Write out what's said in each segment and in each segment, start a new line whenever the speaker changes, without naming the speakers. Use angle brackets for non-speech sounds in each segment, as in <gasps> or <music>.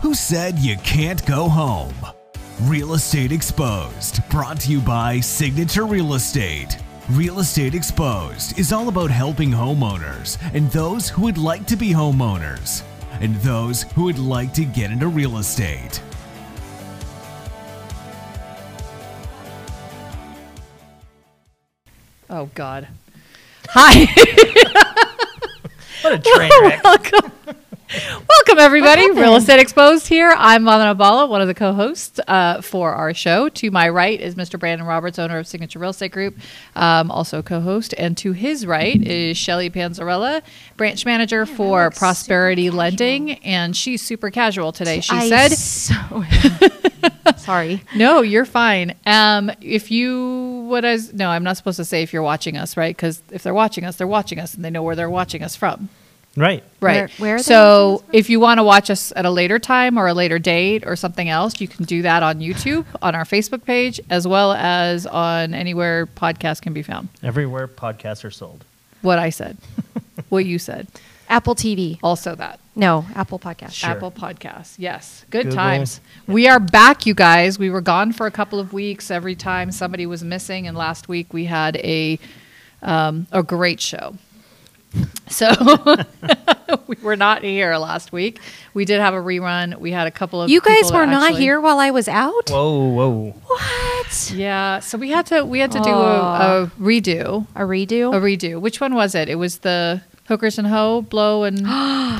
Who said you can't go home? Real Estate Exposed, brought to you by Signature Real Estate. Real Estate Exposed is all about helping homeowners and those who would like to be homeowners and those who would like to get into real estate.
Oh God. Hi. <laughs>
What a train wreck.
Welcome. Welcome everybody. Real Estate Exposed here. I'm Madhana Bala, one of the co-hosts uh, for our show. To my right is Mr. Brandon Roberts, owner of Signature Real Estate Group, um, also co-host. And to his right is Shelly Panzarella, branch manager for Prosperity Lending. And she's super casual today. She
I
said,
so
<laughs>
sorry.
No, you're fine. Um, if you what is no, I'm not supposed to say if you're watching us, right? Because if they're watching us, they're watching us, and they know where they're watching us from,
Right.
right?
Where- where are they
so if you want to watch us at a later time or a later date or something else, you can do that on YouTube, on our Facebook page, as well as on anywhere podcasts can be found.
Everywhere podcasts are sold.
What I
<laughs>
said, what you said,
Apple TV.
also that.
No, Apple Podcast.
Sure.
Apple Podcasts. Yes. Good
Google.
times. We are back, you guys. We were gone for a couple of weeks. Every time somebody was missing, and last week we had a um, a great show. So <laughs> we were not here last week. We did have a rerun. We had a couple of
You guys
people that
were not
actually-
here while I was out?
Whoa, whoa.
What?
Yeah. So we had to we had to do a, a redo.
A redo?
A redo. Which one was it? It was the hookers and hoe, blow
<gasps>
and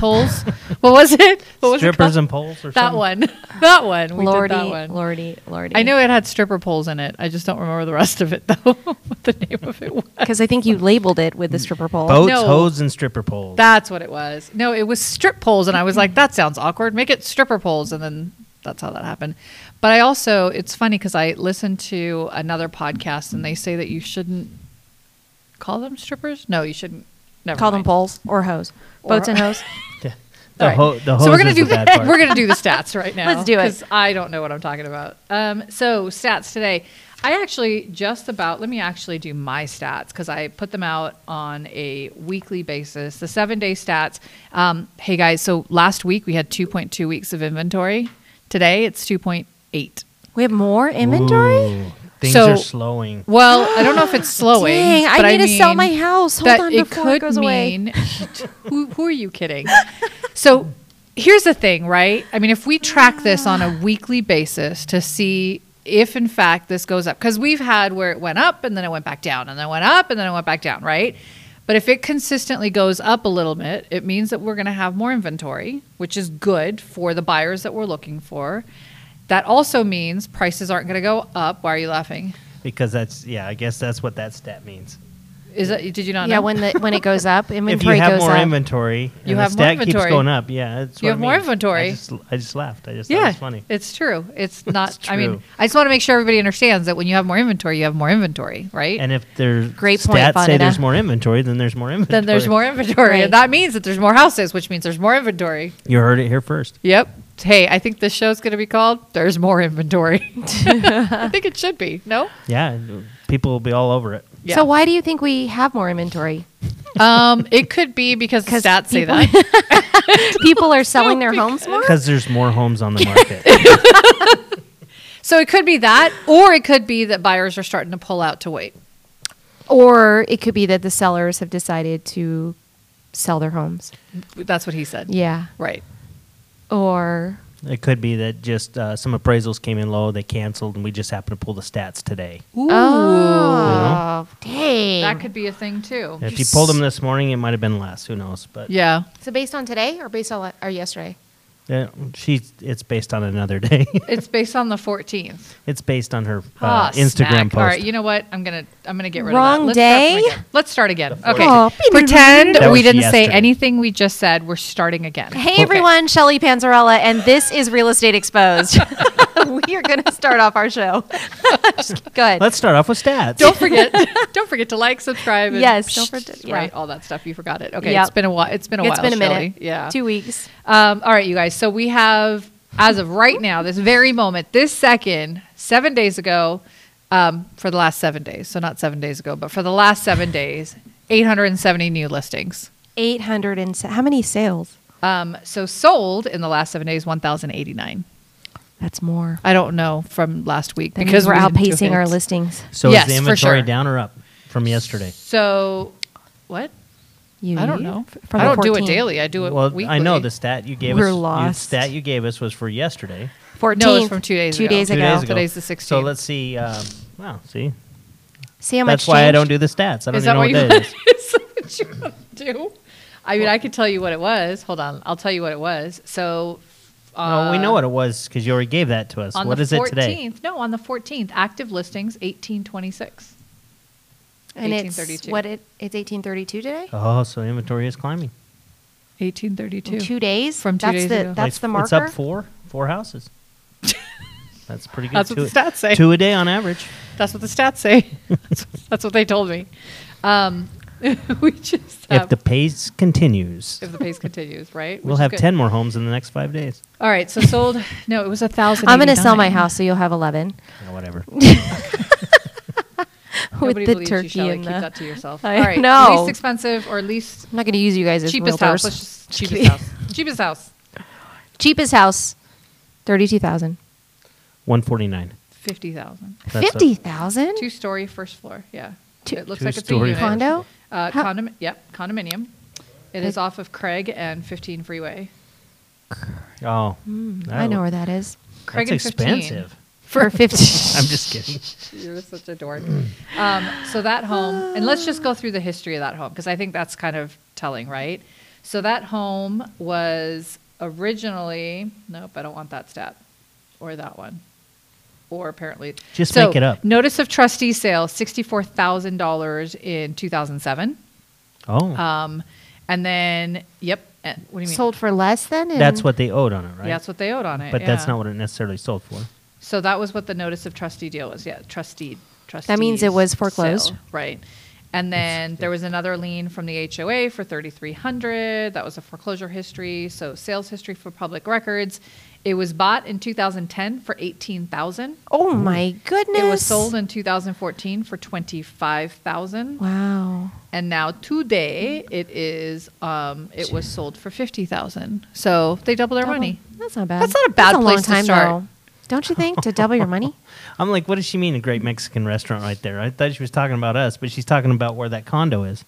pulls. What was it? What was it
Strippers
called?
and poles or
That
something?
one. <laughs> That one. We
Lordy,
did that one.
Lordy, Lordy.
I know it had stripper poles in it. I just don't remember the rest of it <laughs> though. what the name of it was.
Because I think you labeled it with the stripper pole.
Boats,
No.
hose, and stripper poles.
That's what it was. No, it was strip poles and I was like that sounds awkward. Make it stripper poles and then that's how that happened. But I also it's funny cuz I listened to another podcast and they say that you shouldn't call them strippers? No, you shouldn't. Never
Call
mind.
them poles or hose. Boats
<laughs> Or-
and hose.
Yeah.
All
The,
right.
ho- the hose
so we're gonna
is
do
the bad part.
we're gonna do the stats
<laughs>
right now.
Let's do it.
'cause I don't know what I'm talking about. Um, so stats today. I actually just about let me actually do my stats because I put them out on a weekly basis. The seven day stats. Um, hey guys, so last week we had 2.2 weeks of inventory. Today it's 2.8.
We have more inventory?
Ooh, things
So-
are slowing.
Well, I don't know if
<gasps>
it's slowing.
Dang, I
but
need to sell
mean
my house. Hold
that
on
it
before
could
it goes away. <laughs>
mean. who, who are you kidding? So here's the thing, right? I mean, if we track this on
Ah.
a weekly basis to see if in fact this goes up, because we've had where it went up and then it went back down and then it went up and then it went back down, right? But if it consistently goes up a little bit, it means that we're going to have more inventory, which is good for the buyers that we're looking for. That also means prices aren't going to go up. Why are you laughing?
Because that's, yeah, I guess that's what that stat means.
Is that did you not
Yeah,
know?
when the when it
<laughs>
goes up,
If you
inventory
have
goes
more
up.
inventory, and
You
the
have more
stat
inventory.
keeps going up. Yeah, that's
You
what
have
I
more
mean.
inventory.
I just, I just laughed. I just thought it
Yeah,
was funny.
it's true. It's not. I mean,
true.
I just want to make sure everybody understands that when you have more inventory, you have more inventory, right?
And if there's
Great point,
stats say
Vanita.
there's more inventory, then there's more inventory.
then there's more inventory,
Right.
and that means that there's more houses, which means there's more inventory.
You heard it here first.
Yep. Hey, I think this show's going to be called "There's More <laughs> Inventory." I think it should be. No.
Yeah, people will be all over it.
Yeah.
So why do you think we have more
<laughs>
inventory?
Um, it could be <laughs> because the
'Cause
stats say
people-
that.
People are selling their homes more?
Because there's more homes on the market.
<laughs> <laughs> So it could be that, or it could be that buyers are starting to pull out to wait.
Or it could be that the sellers have decided to sell their homes.
That's what he said.
Yeah.
Right.
Or
It could be that just uh, some appraisals came in low, they canceled, and we just happened to pull the stats today.
Ooh.
oh, dang.
That could be a thing too.
If you pulled them this morning, it might have been less. Who knows? But
Yeah.
so based on today or based on or yesterday?
uh, she, it's based on another <laughs> day.
It's based on the 14th.
it's based on her
Ah,
uh, Instagram
snack.
post.
All right, you know what? I'm gonna I'm gonna get rid
Wrong
of that.
day?
Let's start, from again.
The
Let's start again. Okay.
14th.
Pretend
That
we
was
didn't say
yesterday.
anything we just said. We're starting again.
Hey everyone, Shelly Panzarella, and this is Real
<laughs>
Estate Exposed. <laughs> we are going to start off our show. <laughs> Just- Go ahead.
Let's start off with stats.
Don't forget
<laughs>
don't forget to like, subscribe, and
Yes, don't forget- yeah.
right, all that stuff. You forgot it. Okay,
Yep.
it's been a while. It's been a
It's
while.
been a
Shelley.
minute.
Yeah.
two weeks.
Um, all right, you guys. So we have, as of right now, this very moment, this second, seven days ago, um, for the last seven days. So not seven days ago, but for the last seven days, 870 new listings.
Eight hundred and se- how many sales?
Um, so sold in the last seven days, 1,089.
That's more.
I don't know from last week
That
because
means we're
we didn't do
outpacing our
hits.
listings.
So
Yes,
is the
for
inventory
sure.
down or up from yesterday?
So what?
You,
I don't
you?
know.
F-
I
the
don't do it
14.
daily. I do it
well,
weekly.
I know the stat you gave
We're
us. you-
lost.
The stat you gave us was for yesterday.
14th.
No, it's from two days
two
ago.
Days
Two
ago.
days ago.
Today's the
So
16th.
let's see. Um, wow, see,
See how much
that's why I
changed?
don't do the stats. I don't
Is
even
that
know
what
what
you <laughs>
that is.
is that what you want to do? I mean, I could tell you what it was. Hold on, I'll tell you what it was. So, uh,
no, we know what it was because you already gave that to us.
on
What
the
is it today?
No, on the fourteenth, active listings eighteen twenty six.
And it's
1832.
what it it's 1832 today.
Oh, so inventory is climbing.
Eighteen thirty
In
two.
two days.
From two
that's
days
the,
ago.
That's
Like,
the marker.
It's up four, four
<laughs>
houses. that's pretty good.
That's what
two,
the stats say.
Two a day on average.
That's what the stats say.
<laughs>
that's, that's what they told me. Um, <laughs> we just
If
have,
the pace continues,
Oh. if the pace continues, right?
we'll
Which is
have
good.
ten more homes in the next five days.
All right, so sold. No, it was a thousand.
I'm going to sell my house, so you'll have <laughs> 11
Yeah,
<laughs>
Oh, whatever.
Nobody
with the
believes
turkey
you, Shelley.
and
Keep
the.
that to yourself.
I
All right,
know.
least expensive or least
I'm not going to use you guys as
cheapest
realtors.
house. Let's just cheapest
<laughs>
house. Cheapest house.
Cheapest house, thirty-two thousand.
One forty nine.
Fifty thousand.
Fifty thousand.
Two story first floor. Yeah.
Two-
it looks like it's a
Two-story
unit.
first
Condo?
Uh,
How-
condom. Yep. Condominium. It is
Like-
off of Craig and 15 Freeway.
Oh,
Hmm,
Hmm, I know where
<laughs>
that is.
Craig
that's
and 15.
expensive.
For
<laughs>
fifty.
I'm just
<laughs>
kidding.
You're such a dork. um, so that home, and let's just go through the history of that home because I think that's kind of telling, right? So that home was originally, nope, I don't want that stat or that one. Or apparently,
Just
So,
make it up.
Notice of trustee sale, sixty-four thousand dollars in two thousand seven.
Oh,
Um, and then, yep. eh, What do you mean?
sold for less than. and-
that's what they owed on it, right?
Yeah, That's what they owed on it.
But that's
yeah.
not what it necessarily sold for.
So that was what the notice of trustee deal was. Yeah, trustee. Trustees
That means it was foreclosed.
sale, right. And then there was another lien from the HOA for thirty three hundred. That was a foreclosure history. So sales history for public records. It was bought in two thousand ten for eighteen thousand.
Oh my goodness.
It was sold in two thousand fourteen for twenty five thousand.
Wow.
and now today it is um, it was sold for 50000 so they double their
Double.
money
That's not bad.
That's not a bad
long
place to
time,
start.
though. Don't you think
<laughs>
to double your money?
I'm like, what does she mean? A great Mexican restaurant right there. I thought she was talking about us, but she's talking about where that condo is.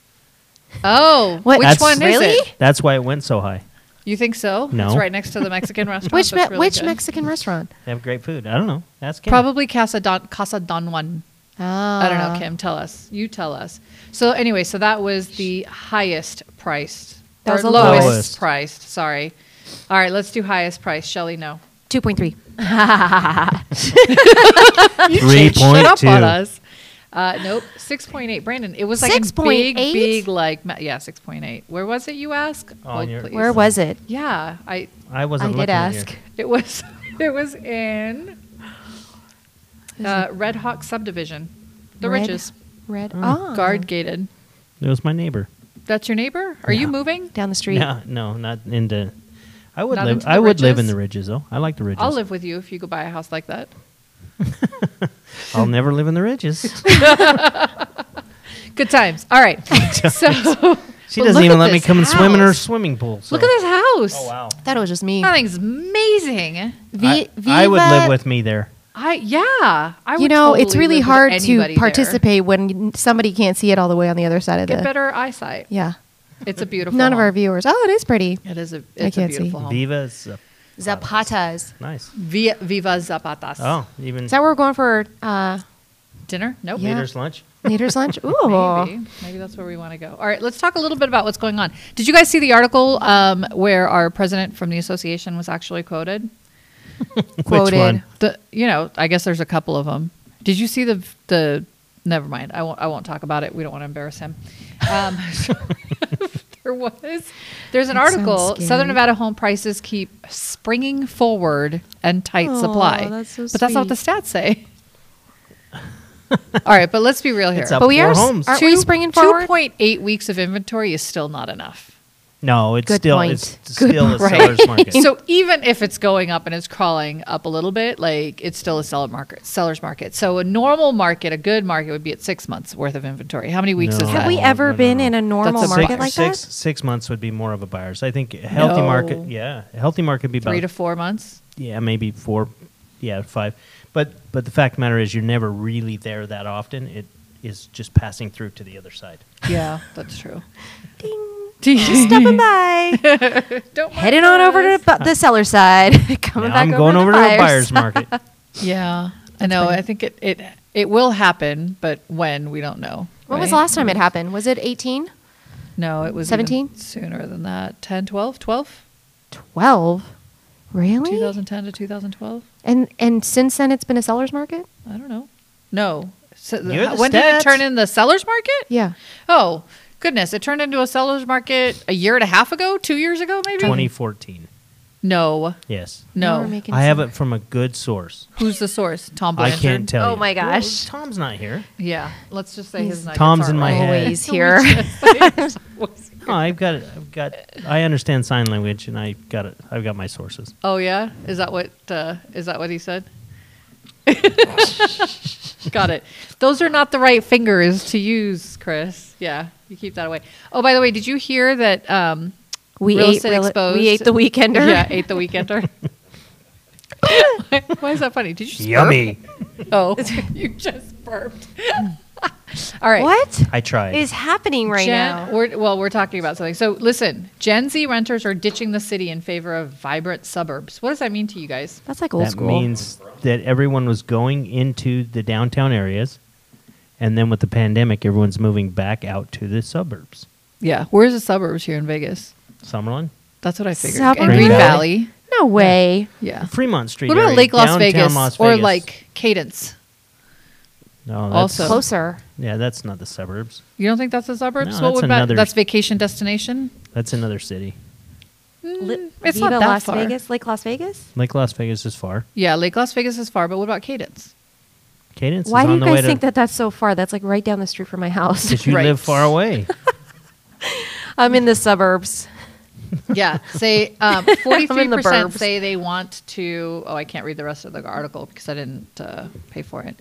oh
What-
which
That's-
one is
really?
it
That's why it went so high.
you think so
No.
it's right next to the
<laughs>
mexican restaurant
which me-
that's really
which
good.
Mexican restaurant?
They have great food. I don't know. Ask him.
probably casa don casa don juan
Oh.
i don't know kim tell us you tell us so anyway so that was the highest priced
That was
or
the
lowest,
lowest.
priced sorry all right let's do highest price shelly no
Two point three.
Three
Shut
point
up
two.
on us. Uh, nope, six point eight. Brandon, it was like a big,
6.8?
big like ma- yeah, six point eight. Where was it? You ask. Oh,
On your-
please.
Where was it?
Yeah, I.
I wasn't.
I did
looking at your-
ask.
It was. <laughs> It was in uh, Red Hawk subdivision, the
Red-
riches,
Red.
Mm.
Oh.
guard gated.
It was my neighbor.
That's your neighbor. Are you
No.
moving?
Down the street.
No, no, not into. I would
Not
live.
into the
I would live in
ridges?
the ridges though. I like the ridges.
I'll live with you if you go buy a house like that.
I'll never live in the
<laughs>
ridges.
Good times. All
<laughs>
right. so <laughs>
She
But
doesn't
look
even
at
let me
this
come and swim in her
house.
swimming pool. so-
look at this house.
Oh wow.
That was just me.
That thing's amazing.
I,
Vi-
I would
Viva-
live with me there.
I yeah. I
you
would
know,
totally
it's really
live with
hard
anybody there.
to participate when somebody can't see it all the way on the other side of
Get
the.
better eyesight.
Yeah.
It's a beautiful.
None of
home.
our viewers. Oh, it is pretty.
It is a.
I
It's a
can't see.
beautiful home.
Viva is uh,
Zapatas.
nice.
Via, Viva Zapatas.
Oh, even
Is that where we're going for uh,
dinner? Nope.
Yeah.
leaders lunch. <laughs>
leaders
<laughs>
lunch? Ooh.
Maybe. Maybe that's where we want to go. All right, let's talk a little bit about what's going on. Did you guys see the article um, where our president from the association was actually quoted?
Which
Quoted.
one?
The you know, I guess there's a couple of them. Did you see the the? Never mind. I won't. I won't talk about it. We don't want to embarrass him. Um, <laughs> there was. There's an
That sounds
article. Southern
scary.
Nevada home prices keep springing forward and tight
Aw,
supply.
that's so
but that's not what the
sweet.
stats say. <laughs> All right, but let's be real here.
It's up
But we
Four
are.
homes.
Aren't we springing forward?
Two point eight weeks of inventory is still not enough.
No, it's
Good
still
point.
it's
Good
still a
point.
seller's
<laughs>
market.
So even if it's going up and it's crawling up a little bit, like it's still a seller market, seller's market. So a normal market, a good market would be at six months worth of inventory. How many weeks
No.
is
Have
that?
we
No,
ever
no, no,
been
no.
in a normal
That's a
market
buyer.
like
six
that?
six months would be more of a buyer. So I think a healthy
No.
market, yeah, a healthy market would be
Three
about
to four months.
yeah, maybe four, yeah, five. But but the fact of the matter is, you're never really there that often. It is just passing through to the other side.
<laughs> Yeah, that's true.
Ding. <laughs>
<laughs>
Just
Don't
stopping by.
mind
Heading on over to
us.
the, bu- the seller side. <laughs> Coming
Now
back
I'm going over to the buyer's
buyers. <laughs>
market.
Yeah, I know. I think it it it will happen, but when we don't know.
When was
right?
the last time it happened? Was it 18?
No, it was
17?
even sooner than that. 10, 12, 12?
12? Really?
2010 to 2012?
And and since then it's been a seller's market?
I don't know. No. So
You're the
when did it
stats.
turn in the seller's market?
Yeah.
Oh, goodness. It turned into a seller's market a year and a half ago, two years ago, maybe?
2014.
No.
Yes,
Now we're
No.
making
I have
some-
it from a good source.
Who's the source? Tom
I
Blanchard.
can't tell
Oh
you.
my gosh.
Well, Tom's not here.
Yeah. Let's just say his nuggets
Tom's
aren't
in my
right.
head.
Always here.
<laughs>
No, I've got it. I've got. I understand sign language, and I got it. I've got my sources.
Oh, yeah? Is that what, uh, is that what he said? <laughs> Got it. Those are not the right fingers to use, Chris. Yeah. You keep that away. Oh, by the way, did you hear that um,
we
Real
ate
Estate
real-
Exposed.
we ate the
<laughs>
weekender.
Yeah, ate the weekender.
<laughs>
why, why is that funny? Did you just
Yummy.
<laughs>
burp? Oh, <laughs> you just burped. All right.
What
I tried.
is happening right
Gen-
now?
We're, well, we're talking about something. So listen, Gen Z renters are ditching the city in favor of vibrant suburbs. What does that mean to you guys?
That's like old
that
school.
means that everyone was going into the downtown areas, and then with the pandemic, everyone's moving back out to the suburbs.
Yeah. Where's the suburbs here in Vegas?
Summerlin,
That's what I figured.
Suburbs?
And Green
Green
Valley.
Valley?
no way.
Yeah.
Fremont Street.
What about
area,
Lake Las
downtown
Vegas,
Las
or
Vegas.
like Cadence?
No, that's-
also- So-
Closer.
Yeah, that's not the suburbs.
You don't think that's the suburbs? what
No, that's
would that,
another-
that's vacation destination?
That's another city.
Li-
it's
Viva
not that
Las
far.
Vegas, Lake Las Vegas.
Lake Las Vegas is far.
Yeah, Lake Las Vegas is far, but what about Cadence?
Cadence
Why
is
do
on
you
the way
guys
to.
think that that's so far? That's like right down the street from my house.
<laughs> 'cause you
Right.
live far away.
<laughs> I'm in the suburbs.
Yeah, <laughs> say um,
I'm in the
43%
burbs.
say they want to. Oh, I can't read the rest of the article because I didn't uh, pay for it.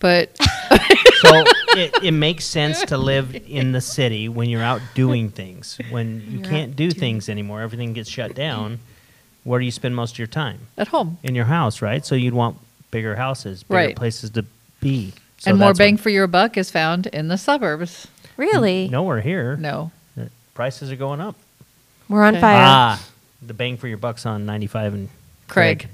But
so it, it makes sense to live in the city when you're out doing things. When you
You're out
can't do things anymore, everything gets shut down. Where do you spend most of your time?
<laughs> at home
In your house, right? So you'd want bigger houses, bigger
Right.
places to be. So
and more
that's
bang
what-
for your buck is found in the suburbs.
Really?
nowhere here.
No.
Uh, Prices are going up.
We're on
Okay.
fire.
Ah, the bang for your bucks on 95 and
Craig.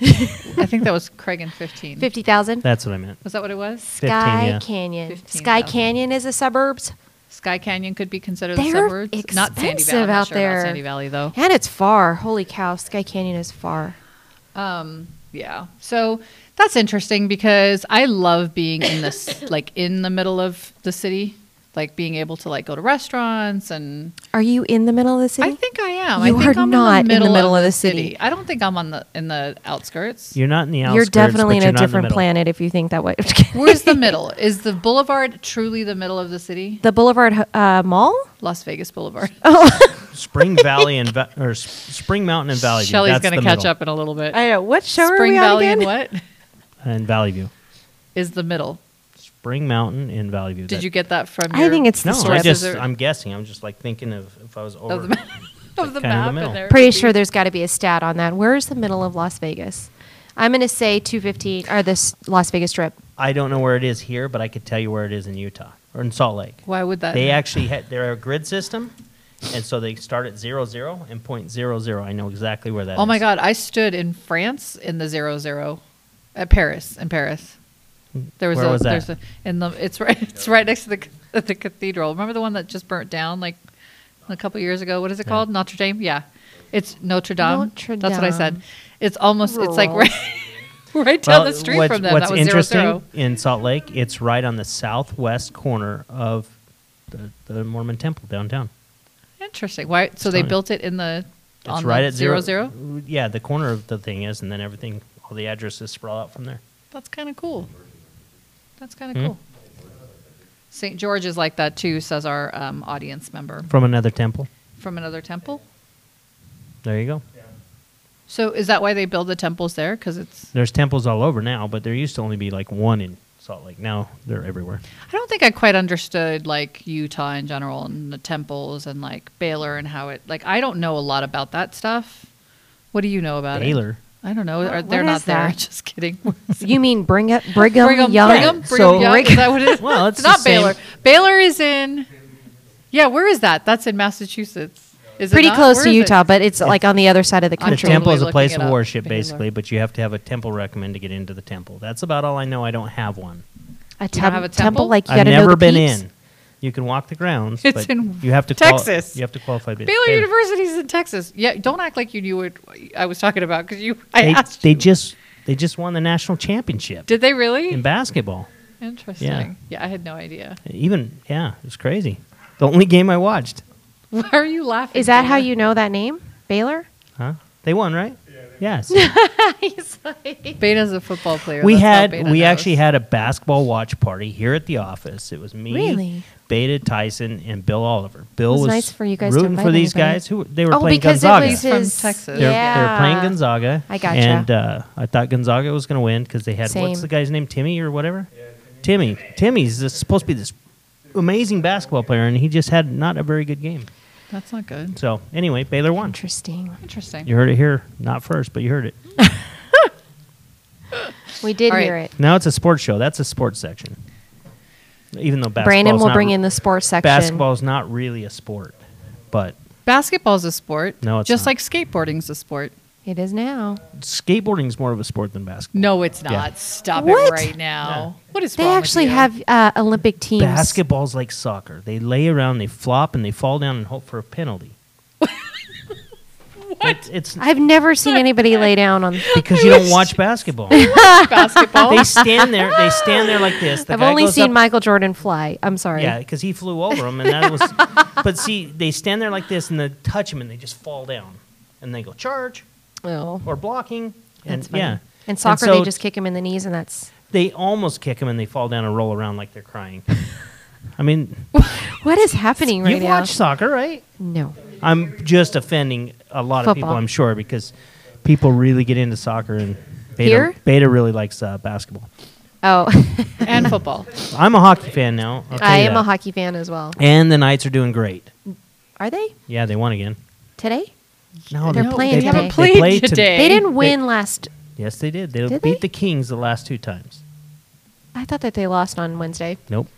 I think that was Craig and 15.
Fifty thousand.
That's what I meant.
Was that what it was?
Sky
yeah.
Canyon.
15,000.
Sky Canyon is a suburbs,
Sky Canyon could be considered the
They're
suburbs. Not Sandy
expensive
Valley. I'm not
out
sure about
there.
Sandy Valley, though.
and it's far. Holy cow! Sky Canyon is far.
Um, yeah. So that's interesting because I love being in
<coughs>
this, like in the middle of the city, like being able to like go to restaurants and
Are you in the middle of the city?
I think I am.
You
I think
are
I'm
not
in the
in the
middle,
middle
of,
of
the
the
city.
city.
I don't think I'm on the in the
<laughs>
outskirts.
You're not in the outskirts.
you're
but
definitely in
you're
a
not in the
different
middle.
planet if you think that way. <laughs>
Where's the middle? Is the boulevard truly the middle of the city?
the Boulevard uh, Mall?
Las Vegas Boulevard.
Spring Valley and Va- or S- Spring Mountain and
<laughs>
Valley View.
Shelly's
That's
going to
the
catch
middle.
up in a little bit.
know. What show
Spring Valley and what
and Valley View.
is the middle?
Spring Mountain and Valley View.
Did
That-
you get that from?
I
your-
think it's the
No, I
strip.
Is
just
there-
I'm guessing. I'm just like thinking of if I was over.
the map. of the
kinda the
map. and
middle.
there
<laughs> Pretty
would be-
sure there's got to be a stat on that. Where is the middle of Las Vegas? I'm going to say 215 or this Las Vegas Strip.
<laughs> I don't know where it is here, but I could tell you where it is in Utah or in Salt Lake.
Why would that?
They actually had they're a grid system, and so they start at zero zero and point zero zero. I know exactly where that is.
Oh my God! I stood in France in the zero zero, at Paris in Paris. There was
Where
a
was that?
there's a in the it's right <laughs> it's right next to the c- the cathedral. Remember the one that just burnt down like a couple years ago? What is it
Yeah.
called? Notre Dame? Yeah, it's Notre Dame.
Notre
That's what I said.
Dame.
It's almost it's like
Rural.
right <laughs> right down
Well,
the street
what's-
from them.
What's
that was
interesting
zero zero.
in Salt Lake, it's right on the southwest corner of the, the Mormon Temple downtown.
Interesting. Why? So they
Stunning.
built it in the
It's
on
right
the
at zero
zero.
Yeah, the corner of the thing is, and then everything, all the addresses sprawl out from there.
That's kind of cool. That's kind of
Hmm?
cool. St. George is like that too, says our um, audience member
From another temple.
from another temple.
There you go.
So is that why they build the temples there? Because it's
There's temples all over now, but there used to only be like one in Salt Lake. Now they're everywhere.
I don't think I quite understood like Utah in general and the temples and like Baylor and how it like I don't know a lot about that stuff. What do you know about it?
Baylor.
I don't know. Are,
What-
they're
what
not
is
there.
that?
<laughs> Just kidding.
You mean bring
<laughs>
up Brigham,
Brigham
Young?
Brigham, Brigham
So-
Young. Is that what it is?
<laughs> Well,
it's
it's the
not
same.
Baylor. Baylor is in. Yeah, where is that? That's in Massachusetts. Is it
Pretty
not?
close
Where
to
is it?
Utah, but it's like on the other side of the
I'm
The
country.
totally
temple is a
looking
place
it
of
up.
worship,
Baylor.
basically, but you have to have a temple recommend to get into the temple. That's about all I know. I don't have one.
A,
don't have a temple?
like you got
I've
to know
never
the
been
peeps.
in. You can walk the grounds.
It's
but
in
you have to quali-
Texas.
you have to qualify. to-
Baylor
Baylor.
University's in Texas. Yeah, don't act like you knew what I was talking about because you. I
They,
asked.
they
you.
just they just won the national championship
Did they really?
in basketball.
Interesting. Yeah.
Yeah.
I had no idea. <laughs>
Even yeah, it was crazy. The only game I watched,
Why are you laughing?
Is that how
Taylor?
you know that name, Baylor?
huh? They won, right? Yes.
He's like,
Beta's a football player.
we
That's how
had
Beta
we
knows.
actually had a basketball watch party here at the office. It was me,
Really?
Beta Tyson, and Bill Oliver. Bill
was
was,
nice for you guys to
rooting for
invite
these
anybody.
guys who they were
oh,
playing
because
Gonzaga.
it was
From
his,
Texas.
They were-
Yeah.
They were playing Gonzaga.
I gotcha.
And uh, I thought Gonzaga was going to win because they had
Same.
what's the guy's name, Timmy or whatever. Timmy. Timmy's this- supposed to be this amazing basketball player, and he just had not a very good game.
That's not good.
So anyway, Baylor won.
Interesting.
Interesting.
You heard it here, not first, but you heard it.
We did
All right.
hear it.
Now it's a sports show. That's a sports section. Even though basketball
Brandon will bring in the sports section.
basketball's not really a sport, but
Basketball's a sport.
No, it's
just
not.
like skateboarding's a sport.
It is now.
skateboarding's more of a sport than basketball.
No, it's not.
Yeah.
Stop it
What?
right now. What is
They
wrong with
actually
you?
have uh, Olympic teams.
Basketball's like soccer. They lay around, they flop, and they fall down and hope for a
<laughs>
penalty. what? It's,
I've never seen anybody
<laughs>
lay down on.
because you don't
<laughs>
watch basketball.
basketball.
they stand there. They stand there like this. The
I've
guy
only
goes
seen
up-
Michael Jordan fly. I'm sorry.
Yeah, because he flew over them, and
<laughs>
that was. but see, they stand there like this, and they touch him, and they just fall down, and they go charge
Oh,
or blocking, and
that's funny.
yeah.
In soccer,
so
they just kick him in the knees,
<laughs>
and that's
they almost kick him, and they fall down and roll around like they're crying. I
<laughs>
mean,
what is happening right
you've
now.
watched soccer, right?
no,
I'm just offending a lot of people,
Football.
I'm sure, because people really get into soccer and Beta,
Here?
Beta really likes uh, basketball.
oh, <laughs>
<laughs> and football.
I'm a hockey fan now. I'll tell
I
you
am a
that.
hockey fan as well.
And the Knights are doing great.
Are they
Yeah, they won again.
today?
No,
They're
they-
playing
they,
today.
They
Played
played to-
today.
They didn't win last.
yes, they did. They
Did
beat
they?
the Kings the last two times.
I thought that they lost on Wednesday.
Nope.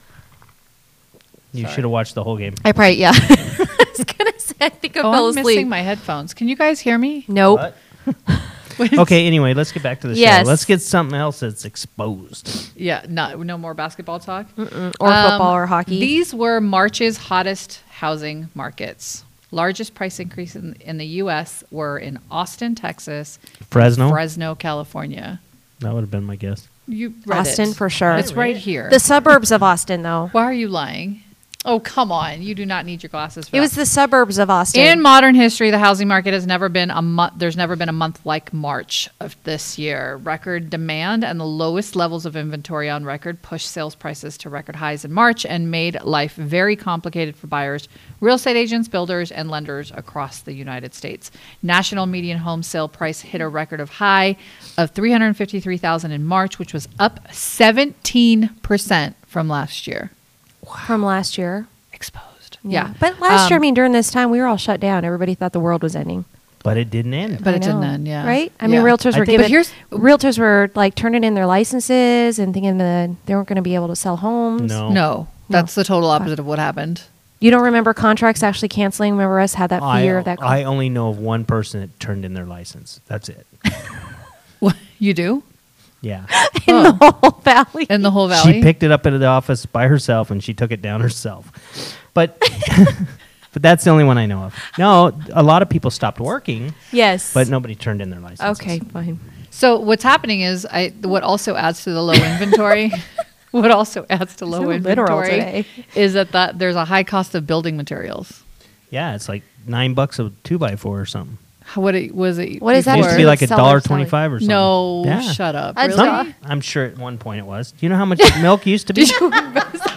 You
Sorry.
should have watched the whole game.
I probably yeah. <laughs> I was gonna say I think I fell
Oh, I'm
asleep.
missing my headphones. Can you guys hear me?
nope. <laughs>
What? okay, anyway, let's get back to the
Oh. Yes.
show. Let's get something else that's exposed.
Yeah, not no more basketball talk.
Or
Um,
football or hockey.
These were March's hottest housing markets. Largest price increase in, in the U.S. were in Austin, Texas,
Oh.
Fresno?
Fresno, California.
that would have been my guess.
You read
Austin
it.
for sure.
It's right here.
The suburbs of Austin, though.
Why are you lying? Oh come on! You do not need your glasses. For
It was
that.
the suburbs of Austin.
in modern history. The housing market has never been a month. There's never been a month like March of this year. Record demand and the lowest levels of inventory on record pushed sales prices to record highs in March and made life very complicated for buyers, real estate agents, builders, and lenders across the United States. National median home sale price hit a record of high of 353,000 in March, which was up 17 percent from last year.
from last year.
exposed.
But last year,
Um,
I mean, during this time, we were all shut down. Everybody thought the world was ending.
But it didn't end.
But
I
it didn't
know.
end, yeah.
Right? I
Yeah.
mean, realtors
I
were
think-
given.
But here's-
realtors were like turning in their licenses and thinking that they weren't going to be able to sell homes.
No.
no, that's the total opposite of what happened. <laughs>
You don't remember contracts actually canceling. Remember us had that fear
I,
of that. con-
I only know of one person that turned in their license. That's it.
What you do
Yeah.
<laughs> in the whole valley.
in the whole valley?
she picked it up at the office by herself and she took it down herself. But <laughs> but that's the only one I know of. No, a lot of people stopped working,
yes.
but nobody turned in their license.
Okay, fine.
so what's happening is I what also adds to the
<laughs>
low inventory. <laughs> what also adds to low
So literal
inventory
today.
is that, that there's a high cost of building materials.
Yeah, it's like nine bucks a two by four or something.
How- What it was it?
What is that
It used to be
Or
like a
seller
dollar
selling.
twenty five or something.
No,
Yeah.
shut up.
I'd
Really?
stop.
Some, I'm sure at one point it was. Do you know how much milk
<laughs>
<laughs> used to be?
Did <laughs> you invest?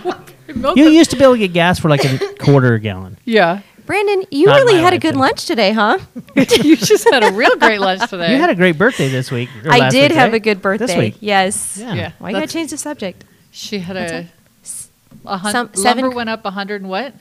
You used to be able to get gas for like a quarter a gallon.
yeah. <laughs>
Brandon, you
Not
really
my
had a
life,
good
then.
lunch today, huh?
<laughs>
you just had a real great lunch today.
You had a great birthday this week. or
I
last
did
week,
have
right?
a good birthday.
This week.
Yes.
Yeah.
Yeah.
Why you gotta
That's-
change the subject?
She had a, a hun-
Some-
lumber
seven-
went up a hundred and what?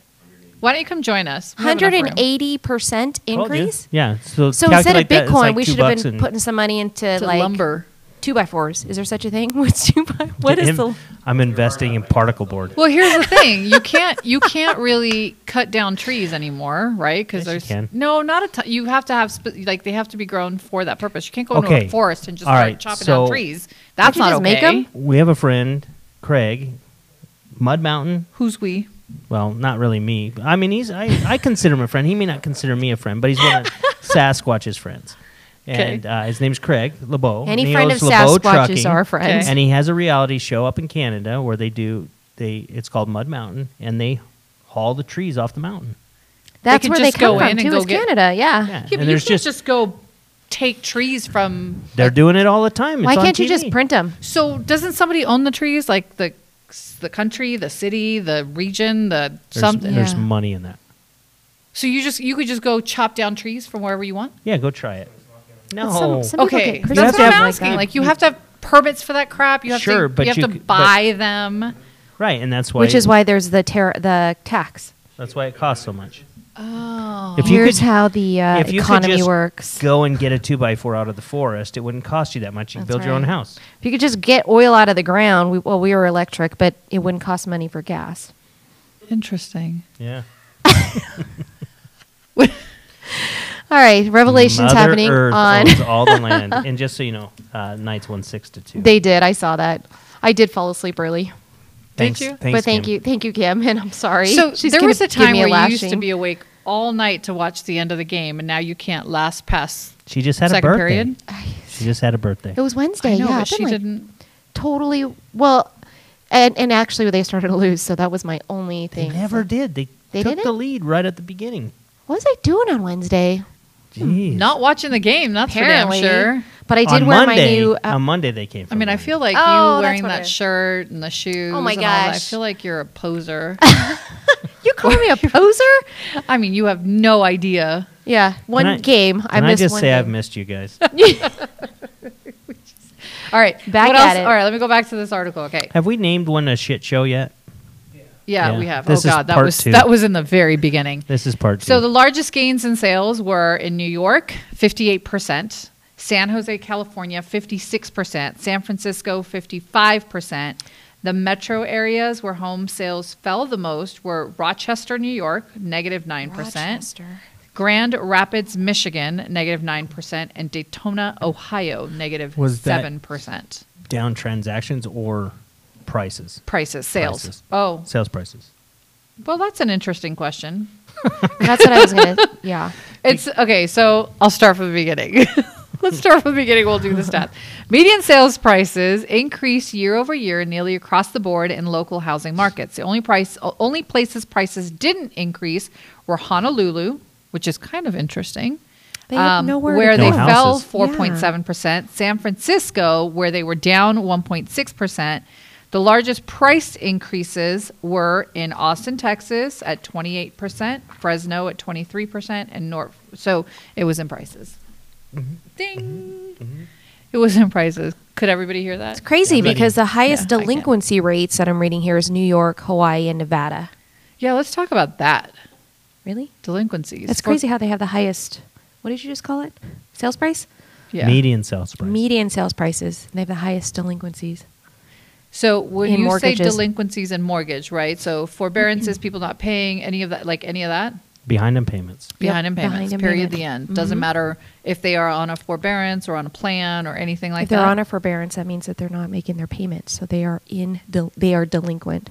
Why don't you come join us? We have enough room.
180%
Told you.
increase?
Yeah. So,
So instead
calculate
of
that, it's
Bitcoin,
like
we
two
should have
bucks
been
and-
putting some money into
to
like
lumber.
two by fours. Is there such a thing? <laughs> What's two by? What is
in-
the?
I'm investing in particle board.
Well, here's the thing: you can't you can't really cut down trees anymore, right? Because
Yes, you
there's
can.
no not a ton. You have to have spe- like they have to be grown for that purpose. You can't go into
Okay.
a forest and just
All
start
right,
chopping
so-
down trees. That's
you
not
just
okay.
make 'em?
We have a friend, Craig, Mud Mountain.
Who's we?
Well, not really me. I mean, he's I, I consider him a friend. He may not consider me a friend, but he's one of
<laughs>
Sasquatch's friends. And uh, his name's Craig LeBeau.
Any
and he
friend
owns
of
LeBeau
Sasquatch
Trucking,
is our friend.
Okay.
And he has a reality show up in Canada where they do they it's called Mud Mountain, and they haul the trees off the mountain.
That's
can
where they
just
come
go
from
in and
too.
go
Is
get-
Canada? Yeah.
Yeah,
Yeah, but
and
you
there's
can't
just,
just, go take trees from.
they're doing it all the time.
Why
It's on
can't you just
TV.
print them?
So doesn't somebody own the trees, like the the country, the city, the region, the
There's,
something?
there's
Yeah.
money in that.
So you just you could just go chop down trees from wherever you want.
Yeah, go try it. No,
some people
Okay,
get crazy
that's
You
what
have
I'm
to have,
asking. Like, you have to have permits for that crap. You have to
Sure, but
you have
you
to
c- but-
buy them.
right, and that's why
which is why there's the ter- the tax.
that's why it costs so much.
Oh,
If you
Here's
could,
how the uh,
if you could
economy
just
works.
go and get a two by four out of the forest, it wouldn't cost you that much. You can
That's
build your own
right.
house.
If you could just get oil out of the ground, we, well, we were electric, but it wouldn't cost money for gas.
interesting.
Yeah.
All right, revelations
Mother
happening
Earth
on.
owns all the
<laughs>
land, and just so you know, uh, nights one six to two.
they did. I saw that. I did fall asleep early,
thanks,
you?
Thanks,
but thank
Kim.
you, thank you, Kim, and I'm sorry.
So
She's
there
gonna
was a
give me
time where you used to
lashing.
be awake all night to watch the end of the game, and now you can't last past
She just had a
second
birthday.
period.
She just had a birthday.
It was Wednesday.
I know,
yeah,
but
I've been,
she
like,
didn't.
Totally. Well, and and actually, they started to lose, so that was my only
They
thing.
never did. They,
They
took the
didn't?
lead right at the beginning.
What was I doing on Wednesday? Hmm.
Jeez.
Not watching the game. That's
Apparently,
for damn sure.
But I did
on
wear
Monday, um,
my new. uh,
on Monday they came.
I
From
mean, I
London.
feel like
Oh,
you
that's
wearing
what
that
I- Oh
shirt and the shoes.
my
and all that. I
gosh.
feel like you're a
<laughs>
poser.
you
<laughs>
call me a poser?
I mean, you have no idea.
Yeah, one
I-
game. I
Can I
missed
just
one
say I've
game.
missed you
<laughs>
guys?
All right,
Back
what
at
else?
it.
All right, let me go back to this article. Okay,
have we named one a shit show yet?
yeah,
Yeah.
we have.
This
oh
is
God, that
part
was
two.
that was in the very beginning.
This is part two.
So the largest gains in sales were in New York, 58%, San Jose, California, 56%, San Francisco, 55%. The metro areas where home sales fell the most were Rochester, New York, negative 9%,
Rochester.
Grand Rapids, Michigan, negative 9%, and Daytona, Ohio, negative
Was that-
7%.
down transactions or prices?
Prices, sales.
Prices.
Oh,
Sales prices.
well, that's an interesting question.
That's what I
<laughs>
was gonna. Yeah.
It's okay. So I'll start from the beginning. <laughs> Let's start from the beginning. We'll do the stats. Median sales prices increased year over year nearly across the board in local housing markets. The only price, o- only places prices didn't increase were Honolulu, which is kind of interesting. um,
They have nowhere to
where
go.
they
No
fell
houses.
four point seven percent. San Francisco, where they were down one point six percent. The largest price increases were in Austin, Texas, at twenty eight percent, Fresno at twenty three percent, and North. So it was in prices.
Mm-hmm.
Ding. It was in prices. Could everybody hear that?
Crazy
Yeah.
because the highest
Yeah, I can.
delinquency rates that I'm reading here is New York, Hawaii, and Nevada.
Yeah, let's talk about that.
Really?
Delinquencies.
That's
For-
crazy how they have the highest. What did you just call it? Sales price?
Yeah.
Median sales price.
Median sales prices. They have the highest delinquencies.
So when
In
you say
mortgages. Mm-hmm.
delinquencies and mortgage, right? So forbearances, people not paying any of that, like any of that.
Behind in payments.
behind in
behind
payments.
in
period.
payment. Mm-hmm.
The end. Doesn't matter if they are on a forbearance or on a plan or anything like
if they're
that.
on a forbearance, that means that they're not making their payments, so they are in del- they are delinquent.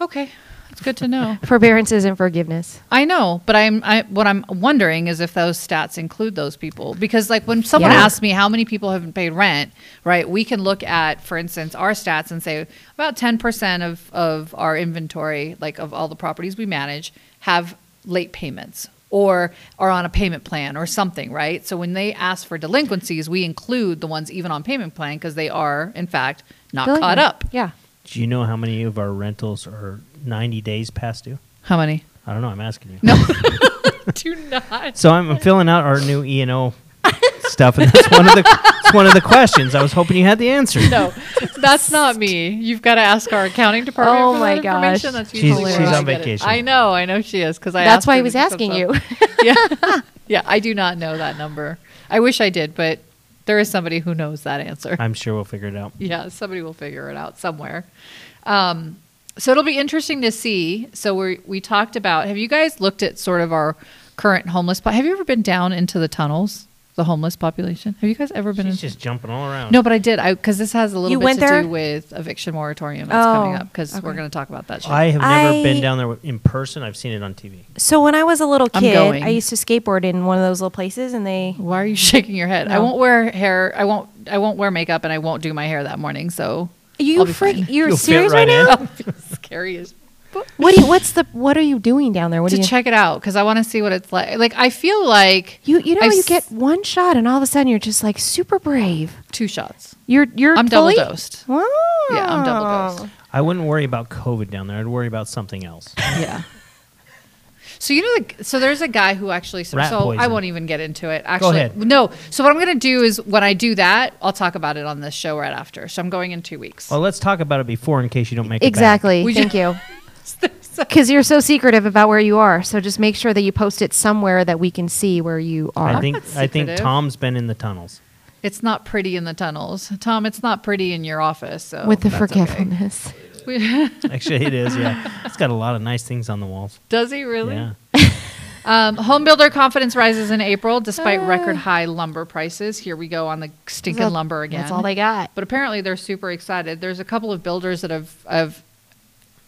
okay, that's good to know.
Forbearance isn't forgiveness.
I know, but I'm I, what I'm wondering is if those stats include those people because like when someone
Yeah.
asks me how many people haven't paid rent, right? We can look at, for instance, our stats and say about 10% of of our inventory, like of all the properties we manage, have late payments or are on a payment plan or something, right? So when they ask for delinquencies, we include the ones even on payment plan because they are in fact not caught
Delinquent.
up.
Yeah.
Do you know how many of our rentals are 90 days past due?
How many?
I don't know. I'm asking you.
No, <laughs> do not.
So I'm, I'm filling out our new E and O <laughs> stuff, and that's one of the it's one of the questions. I was hoping you had the answer.
<laughs> No, that's not me. You've got to ask our accounting department.
Oh
for
my
that information.
gosh.
That's
She's-
usually where
she's
I
on
get it.
vacation.
I know, I know she is because I.
That's
asked
why
her
I
to
was
do some
asking
stuff.
you. <laughs>
yeah, yeah. I do not know that number. I wish I did, but there is somebody who knows that answer.
I'm sure we'll figure it out.
<laughs> yeah, somebody will figure it out somewhere. Um, so it'll be interesting to see. So we we talked about. Have you guys looked at sort of our current homeless? Po- have you ever been down into the tunnels? The homeless population. Have you guys ever been?
She's
in-
just jumping all around.
no, but I did. I because this has a little
You
bit
went
to
there?
do with eviction moratorium. It's
Oh,
coming up because we're going to talk about that. Shit.
I have never
I-
been down there in person. I've seen it on TV.
So when I was a little
I'm
kid,
going.
I used to skateboard in one of those little places, and they
Why are you <laughs> shaking your head? I
No.
won't wear hair. I won't. I won't wear makeup, and I won't do my hair that morning.
<laughs>
So I'll
you
be
freak.
fine.
You're
You'll fit
serious
right
right,
in.
<laughs>
now.
I'll be scary <laughs> as
What do you, what's the what are you doing down there? What
to
do you
check it out because I want to see what it's like. Like I feel like
you you know
I've
you
s-
get one shot, and all of a sudden you're just like super brave.
two shots.
You're you're
I'm double
fully-
dosed.
Wow.
Yeah, I'm
Oh.
double dosed.
I wouldn't worry about COVID down there. I'd worry about something else.
Yeah. So you know, the, so there's a guy who actually. So,
Rat
so I
poison.
won't even get into it. Actually,
ahead.
no. So what I'm going to do is when I do that, I'll talk about it on this show right after. So I'm going in two weeks.
Well, let's talk about it before in case you don't make
Exactly.
We
Thank
ju- <laughs>
you. Because you're so secretive about where you are, so just make sure that you post it somewhere that we can see where you
it
are.
back. I think I think
secretive.
Tom's been in the tunnels.
It's not pretty in the tunnels, Tom. It's not pretty in your office. So
with the
Oh, that's okay.
forgetfulness.
We-
Actually, it is. Yeah, it's got a lot of nice things on the walls.
Does he really?
Yeah.
<laughs> Um, home builder confidence rises in April despite record high lumber prices. Here we go on the stinking
Uh. That's all-
lumber again.
That's all they got.
But apparently they're super excited. There's a couple of builders that have, have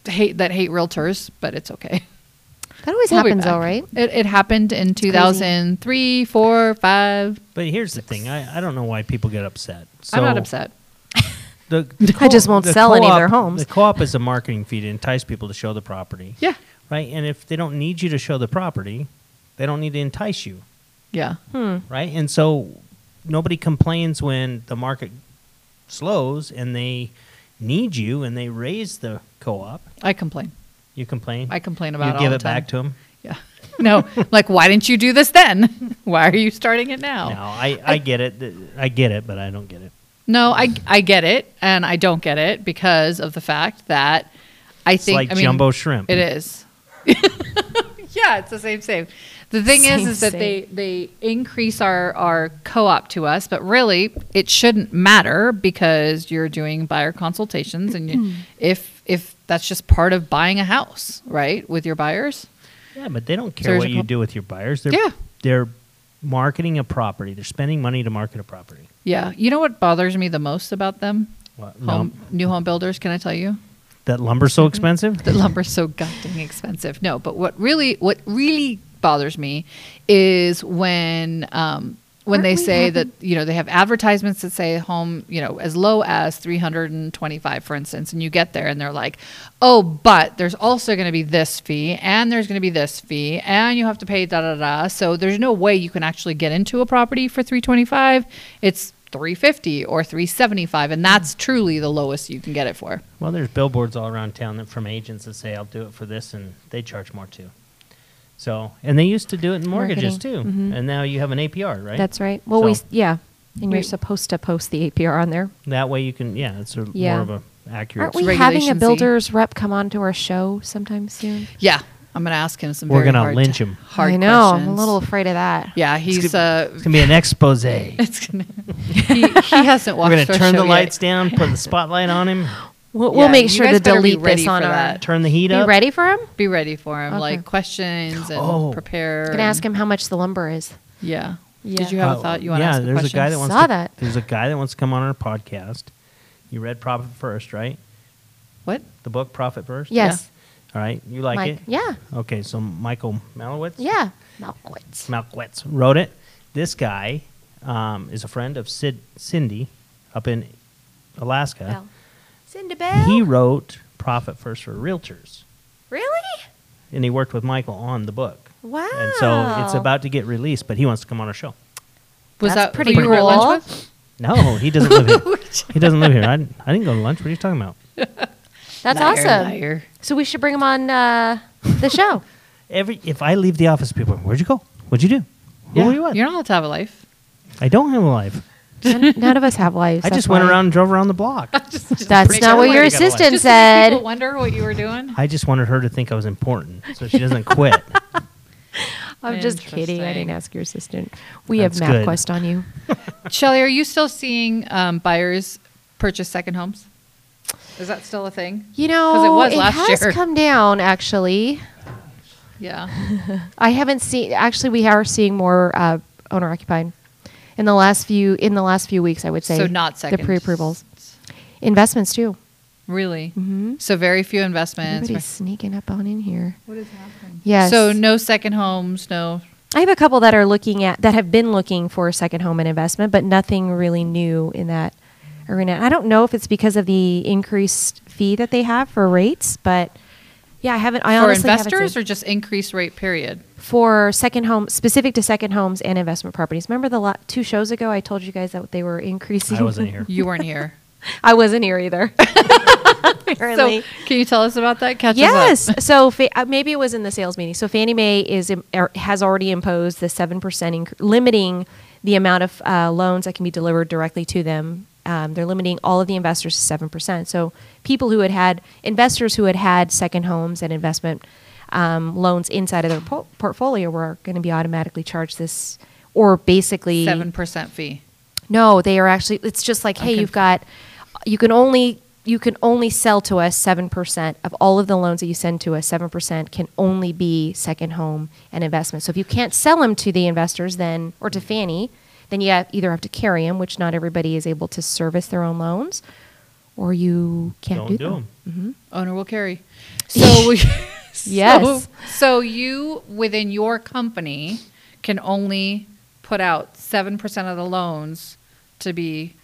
hate that hate realtors, but it's okay.
That always
We'll be
happens,
back.
all right.
It, it happened in 2003, 4, 5.
But here's the thing. I, I don't know why people get upset. So
I'm not upset. <laughs>
The, the
I just won't
the
sell any of
co-op-
their homes.
The co-op is a marketing fee to entice people to show the property.
Yeah.
Right. And if they don't need you to show the property, they don't need to entice you.
Yeah.
Hmm.
Right. And so nobody complains when the market slows and they need you and they raise the co-op.
I complain.
You complain.
I complain about
you
it all
give
the
it back to
time.
them.
Yeah. <laughs> No, like, why didn't you do this then? <laughs> Why are you starting it now?
No, I, I get it. Th- I get it, but I don't get it.
No, I I get it, and I don't get it because of the fact that I
It's
think
like
I mean,
jumbo shrimp.
It is. <laughs> yeah, it's the same same. The thing is,
Same,
is that
same.
they they increase our our co-op to us, but really it shouldn't matter because you're doing buyer consultations, and
Hmm.
you, if if that's just part of buying a house, right, with your buyers.
Yeah, but they don't care
There's
what
a
you
couple-
do with your buyers. They're,
Yeah.
They're marketing a property. They're spending money to market a property.
Yeah, you know what bothers me the most about them?
What?
Home, New home builders. Can I tell you? <laughs>
That lumber's so expensive?
that lumber's so goddamn expensive. No, but what really what really bothers me is when um, when
Aren't
they
we
say
having-
that you know they have advertisements that say home you know as low as three hundred and twenty five for instance, and you get there and they're like, oh, but there's also going to be this fee and there's going to be this fee and you have to pay da da da. So there's no way you can actually get into a property for three twenty five. It's 350 or 375 and that's truly the lowest you can get it for.
Well, there's billboards all around town that from agents that say, I'll do it for this, and they charge more too. So, and they used to do it in mortgages too.
Marketing. Mhm.
And now you have an APR, right?
That's right. Well, we
So-
yeah, and you're
We-
supposed to post the APR on there.
That way you can, yeah, it's a, more
Yeah.
of a accurate.
Aren't we
Regulation
having a
Z.
builder's rep come onto our show sometime soon?
Yeah, I'm gonna ask him some.
We're
very
gonna
hard-
lynch him.
Hard
I know. I'm
questions.
a little afraid of that.
Yeah,
it's
he's
gonna,
uh,
it's gonna be an expose. We're
<laughs> it's
<laughs>
gonna, he, he hasn't watched.
gonna
our
turn
show yet.
the lights down, put the spotlight on him,
We'll,
Yeah,
we'll make
you
sure
guys
to
better be
delete
ready
this on
for
our.
that.
turn the heat
Be
up.
ready for him?
Be ready for him,
Okay.
like questions and
Oh.
prepare.
Gonna ask
and-
him how much the lumber is.
Yeah.
Yeah.
Did you have
Oh,
a thought you want to
yeah,
ask? the
there's a guy
questions?
that wants
Saw
to,
that.
There's a guy that wants to come on our podcast. You read Profit First, right?
What?
The book Profit First.
Yes.
All right, you like
Mike.
it?
Yeah.
Okay, so Michael Malowitz.
Yeah. No, it's-
Malkowitz wrote it. This guy um, is a friend of Sid, Cindy up in Alaska.
Bell. Cinda Bell?
He wrote Profit First for Realtors,
really?
and he worked with Michael on the book.
Wow.
And so
Oh.
it's about to get released, but he wants to come on our show.
Was
That's
that
pretty
who you were at lunch
cool.
with?
No, he doesn't live here. He doesn't live here. I, didn't- I didn't go to lunch. What are you talking about?
That's
Liar,
awesome.
liar.
<laughs>
So we should bring him on uh, the show.
every if I leave the office, people, are, where'd you go? What'd you do? What were you at?
You're not allowed to have a life.
I don't have a life.
None, none of us have lives.
I
that's
just went
why.
around and drove around the
<laughs>
block.
Just-
<laughs>
just
That's
make
not
sure
what
we're-
your
you got a life.
assistant
Just so people
said.
wonder what you were doing.
I just wanted her to think I was important, so she doesn't
<laughs>
quit.
I'm just kidding. I didn't
Interesting.
ask your assistant. We
That's
have
good.
MapQuest on you.
Shelly, are you still seeing um, buyers purchase second homes? Is that still a thing?
You know,
'Cause it was last
has
year.
come down actually.
Yeah.
I haven't seen. Actually, we are seeing more uh, owner occupied in the last few in the last few weeks. I would say
so not
the
second.
pre approvals, investments too. Mm-hmm.
Really? So very few investments.
Everybody's sneaking up on in here.
What is happening?
Yes.
So no second homes, no.
I have a couple that are looking at that have been looking for a second home and investment, but nothing really new in that arena. I don't know if it's because of the increased fee that they have for rates, but yeah, I haven't. I
for
honestly haven't
investors
seen-
or just increased rate period?
for second home specific to second homes and investment properties. Remember the lot, two shows ago I told you guys that they were increasing.
I wasn't here.
You weren't here.
<laughs> I wasn't here either. <laughs> Apparently.
So can you tell us about that? Catch us up.
Yes. so fa- uh, maybe it was in the sales meeting. So Fannie Mae is im- er, has already imposed the seven percent inc- limiting the amount of uh, loans that can be delivered directly to them. Um, they're limiting all of the investors to seven percent. So people who had had investors who had had second homes and investment um, loans inside of their po- portfolio were going to be automatically charged this, or basically
Seven percent fee.
no, they are actually. It's just like, hey,
Okay.
you've got, you can only you can only sell to us seven percent of all of the loans that you send to us. Seven percent can only be second home and investment. So if you can't sell them to the investors, then or to Fannie, then you have, either have to carry them, which not everybody is able to service their own loans, or you can't
Don't
do,
do
them.
'em.
Owner will
<laughs>
carry. So we, <laughs>
Yes.
So, so you within your company can only put out seven percent of the loans to be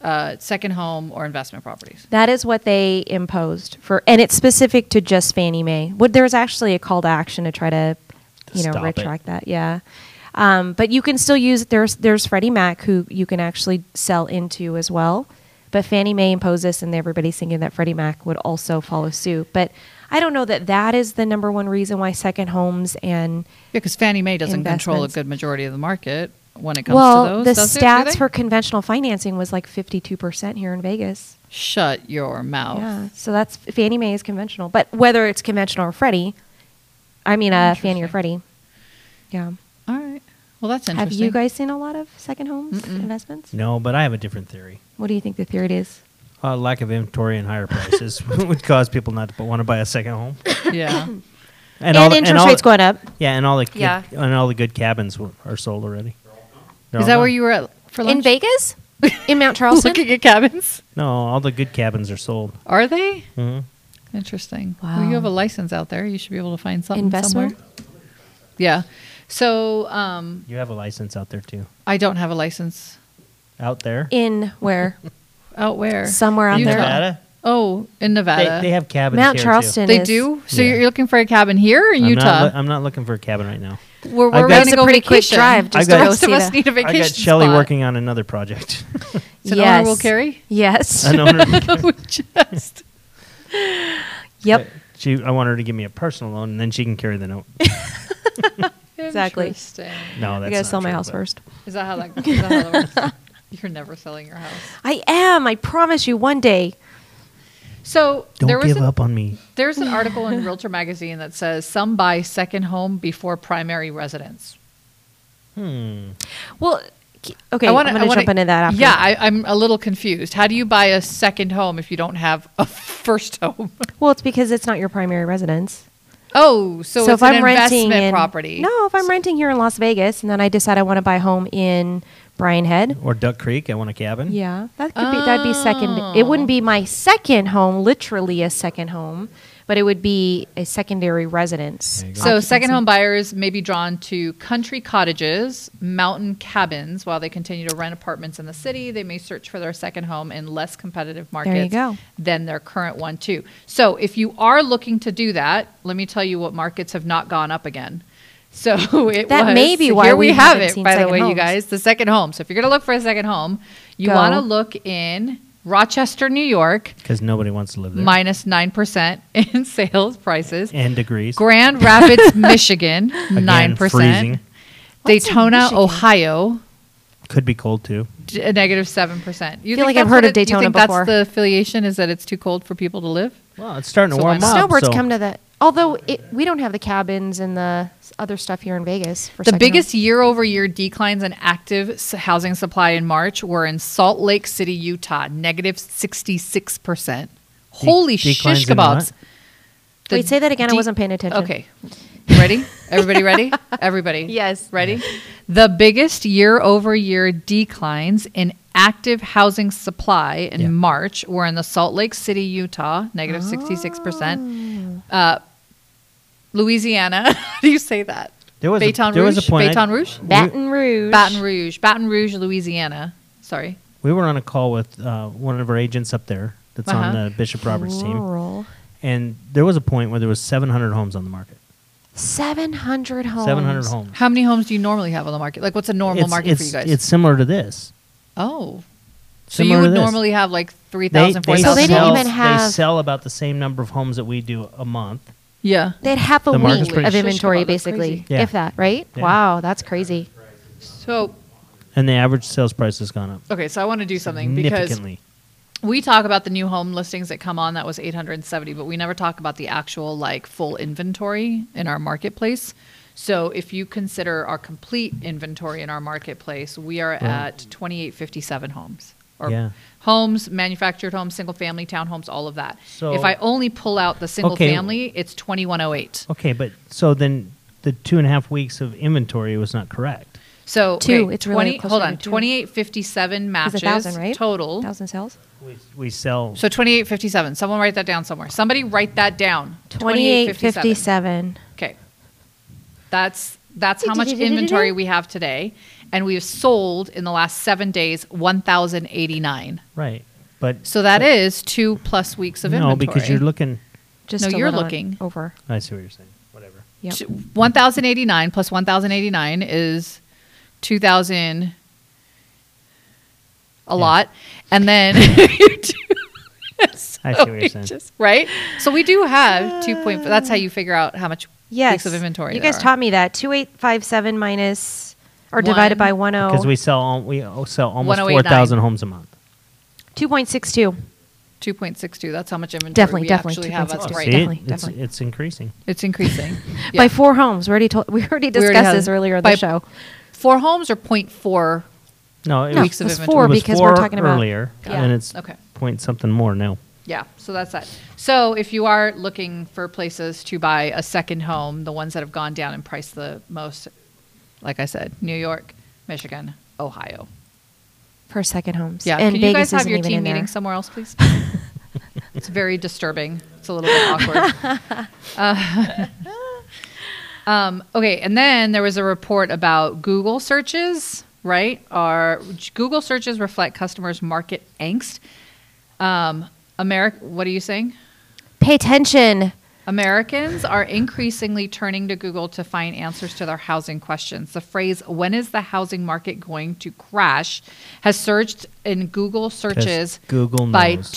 uh, second home or investment properties.
That is what they imposed for, and it's specific to just Fannie Mae. What there's actually a call to action to try to, you know,
Stop it.
retract that. Yeah, um, but you can still use there's there's Freddie Mac who you can actually sell into as well, but Fannie Mae imposed this, and everybody's thinking that Freddie Mac would also follow suit. But I don't know that that is the number one reason why second homes and
Yeah, because Fannie Mae doesn't control a
Investments.
good majority of the market when it comes to
well
those.
the
does it? Do
stats
they?
for conventional financing was like fifty two percent here in Vegas.
shut your mouth.
Yeah, so that's Fannie Mae is conventional, but whether it's conventional or Freddie, I mean, uh, Fannie or
Interesting.
Freddie. Yeah.
All right. Well, that's
Have
interesting.
you guys seen a lot of second homes investments?
No, but I have a different theory.
What do you think the theory is?
Uh, lack of inventory and higher prices <laughs> would cause people not to want to buy a second home.
<laughs> Yeah.
<laughs> And, interest rates going up.
Yeah, and all the good,
Yeah.
and all the good cabins w- are sold already. They're
Is
all
that
gone.
where you were at for lunch? <laughs>
In Vegas? In Mount Charleston?
looking at cabins.
No, all the good cabins are sold.
Are they?
Mhm.
Interesting. Well,
Wow.
you have a license out there. You should be able to find something
Investment?
somewhere. Yeah. So um,
You have a license out there too.
I don't have a license
Out there,
In where?
<laughs>
out where?
Somewhere out
in
there.
Nevada,
Oh, in Nevada.
they, they have cabins.
Mount
here, too.
Charleston.
They
is-
do. So
Yeah.
you're looking for a cabin here in
I'm
Utah.
Not, loo- I'm not looking for a cabin right now.
we're
I've
we're
got-
ready
It's
to
a
go
pretty quick
vacation.
drive just
to
the
go
rest of
see
us
the-
need a vacation.
I got Shelly
spot.
working on another project.
It's an owner will carry? <laughs>
Yes.
<laughs> I know her-
We just
Yep.
she, I want her to give me a personal loan, and then she can carry the note.
Exactly.
Interesting.
No, that's
I gotta
not
sell my
true,
house
but-
first.
Is that how that, is that, how that works? <laughs> You're never selling your house.
I am. I promise you one day.
So
Don't
there was
give
an,
up on me.
There's an article in Realtor Magazine that says some buy second home before primary residence.
Hmm.
Well, k- okay.
wanna-
I'm going to
wanna-
jump into that after.
Yeah, I, I'm a little confused. How do you buy a second home if you don't have a <laughs> first home?
Well, it's because it's not your primary residence.
Oh, so, it's an investment
in-
property.
No, if I'm renting here in Las Vegas and then I decide I want to buy a home in Bryan Head.
Or Duck Creek. I want a cabin.
Yeah, that could be that'd be second. It wouldn't be my second home, literally a second home, but it would be a secondary residence.
There you go.
So second home buyers may be drawn to country cottages, mountain cabins, while they continue to rent apartments in the city. They may search for their second home in less competitive
you
markets
go.
than their current one too. So if you are looking to do that, let me tell you what markets have not gone up again. <laughs> So it
That
was,
may be why
here
we
we have
haven't
it.
seen
By the
second
way, you
homes.
guys, the second home. So if you're going to look for a second home, you
Go.
want to look in Rochester, New York,
because nobody wants to live there.
minus 9% <laughs> in sales prices.
and degrees.
Grand
<laughs>
Rapids, Michigan,
Again,
9%.
freezing.
What's in
Daytona,
Michigan?
Ohio,
Could be cold too.
d- a negative 7%. You
Feel like
that's
I've heard
what
of Daytona
You think
before.
that's the affiliation is that it's too cold for people to live?
Well, it's starting to
So
warm
why
up.
not?
Snowbirds
so-
come to the. Although it, we don't have the cabins and the s- other stuff here in Vegas. For
The
second
biggest year over year declines in active s- housing supply in March were in Salt Lake City, Utah, negative 66%. Holy
declines
shish
in what?
kebabs.
home. Wait, say that again. I wasn't paying attention.
Okay. Ready? Everybody ready? Everybody.
Yes.
Ready? The biggest year over year declines in active housing supply in
Yeah.
March were in the Salt Lake City, Utah, negative 66%. Uh, Louisiana. <laughs> How do you say that?
There was a-
Baton
there
Rouge?
was a point I-
Baton Rouge?
Baton Rouge.
Baton Rouge. Baton Rouge, Louisiana. Sorry.
We were on a call with uh, one of our agents up there that's on
Uh-huh.
the Bishop Roberts team,
Rural.
and there was a point where there was 700 homes on the market.
700 homes.
700 homes.
How many homes do you normally have on the market? Like, what's a normal
it's,
market
it's,
for you guys?
It's similar to this.
oh. So
similar
you
to
would
this.
normally have like
They,
3,000,
they,
So they
4,000
didn't
sell,
even have-
they sell about the same number of homes that we do a month.
Yeah.
They'd have a
The market's
week
pretty-
of inventory,
Shish kebab, that's
basically,
crazy.
Yeah.
if that, right?
Yeah.
Wow, that's crazy.
So,
And the average sales price has gone up
okay, so I want to do something because
significantly.
we talk about the new home listings that come on that was 870, but we never talk about the actual like full inventory in our marketplace. So, if you consider our complete inventory in our marketplace, we are at 2857 homes. Or
Yeah.
homes, manufactured homes, single family, townhomes, all of that.
So-
if I only pull out the single
Okay.
family, it's 2108.
Okay, but so then the two and a half weeks of inventory was not correct.
So,
Two,
okay,
it's really closer
hold
to
on,
two.
2857
It's a
matches
thousand, right?
total.
Thousand sales.
We, we sell.
So 2857. Someone write that down somewhere. Somebody write that down.
2857.
Okay. That's that's how much inventory we have today and we have sold in the last 7 days 1089.
right. But
So that is 2 plus weeks of
no,
inventory.
because you're looking.
Just
No,
a
you're
little
looking.
over.
I see what you're saying. Whatever.
Yep.
T- 1089 plus 1089 is 2000 a lot and then <laughs> you do
I see
so
what
we
you're saying.
just- right so we do have 2.4 that's how you figure out how much weeks of inventory
You
there
guys
are.
taught me that. 2857 minus, or divided by oh. 10.
Because we sell al- we al- sell almost
1089.
four thousand homes a month.
2.62.
2.62 that's how much inventory
Definitely,
we
definitely,
actually have up
2.62.
right
See,
now
Definitely,
it's,
definitely.
it's increasing.
it's increasing Yeah.
By four homes. We already, told, we
We already
already discussed
had-
this earlier in
by
the show.
four homes or 0.4
No, it
No,
was,
weeks of
it's
inventory.
four
it was
because
four
we're talking about.
earlier,
Yeah.
and it's
Okay.
point something more now.
yeah so that's that so if you are looking for places to buy a second home the ones that have gone down in price the most like i said new york michigan ohio
For second homes.
yeah can
And
you
Vegas
guys have
isn't
your
even
team
in there.
meeting somewhere else
<laughs>
please it's very disturbing it's a little bit awkward
<laughs>
Uh, <laughs> Um, okay, and then there was a report about Google searches, right? Are Google searches reflect customers' market angst? Um, America, what are you saying?
Pay attention.
Americans are increasingly turning to Google to find answers to their housing questions. The phrase "When is the housing market going to crash?" has surged in Google searches
Google
by
knows.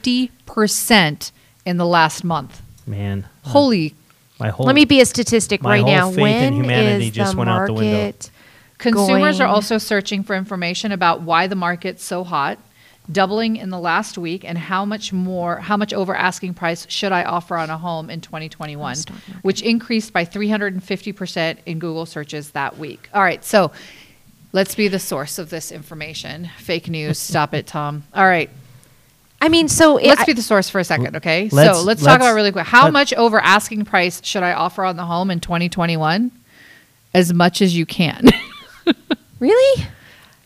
2,450% in the last month.
Man,
Holy
my whole
Let me be a statistic
my
right
whole
now.
faith in
When
humanity
is
just
the
went out the window.
market
Consumers are
going-
also searching for information about why the market's so hot, doubling in the last week, and how much more, how much over asking price should I offer on a home in 2021,
stock market.
which increased by 350% in Google searches that week. All right, so let's be the source of this information. Fake news, stop it, Tom. All right.
I mean, so it,
Let's be the source for a second, okay?
Let's-
so let's talk
let's-
about really quick. How
let-
much over asking price should I offer on the home in 2021? As much as you can. <laughs>
really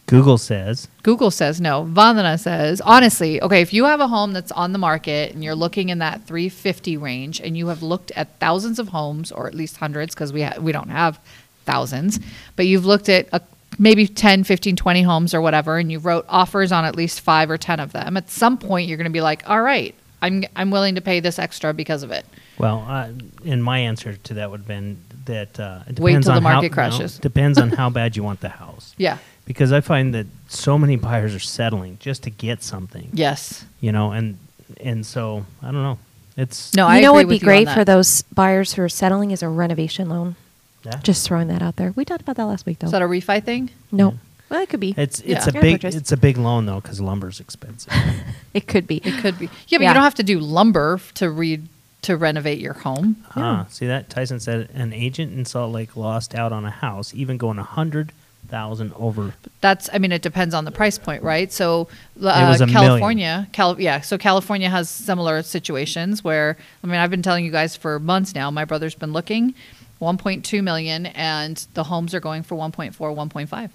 Google says
Google says no. Vandana says, honestly, okay, if you have a home that's on the market and you're looking in that 350 range and you have looked at thousands of homes or at least hundreds because we ha- we don't have thousands, but you've looked at a, maybe 10, 15, 20 homes or whatever and you wrote offers on at least 5 or 10 of them, at some point you're going to be like, "All right, I'm I'm willing to pay this extra because of it."
Well, uh, and my answer to that would have been that uh, it depends
Wait till
on
the market
how, no,
crashes.
depends on how bad you want the house.
<laughs> Yeah.
because I find that so many buyers are settling just to get something,
Yes.
you know, and and so I don't know. It's
No, I
you know
agree
what would
with
be
you on
great for
that.
those buyers who are settling is a renovation loan.
Yeah.
Just throwing that out there. We talked about that last week, though.
Is that a refi thing?
no, well, it could be.
it's
Yeah.
it's a
Yeah,
big
purchase.
it's a big loan though because
<laughs>
lumber's expensive.
it could be.
It could be. Yeah, but
Yeah.
you don't have to do lumber f- to read to renovate your home.
Huh. Ah, See that Tyson said an agent in Salt Lake lost out on a house, even going a hundred thousand over.
That's. I mean, it depends on the price point, right? So uh,
was a
California, Cal- yeah. So California has similar situations where I mean, I've been telling you guys for months now. My brother's been looking, 1.2 million, and the homes are going for 1.4, 1.5.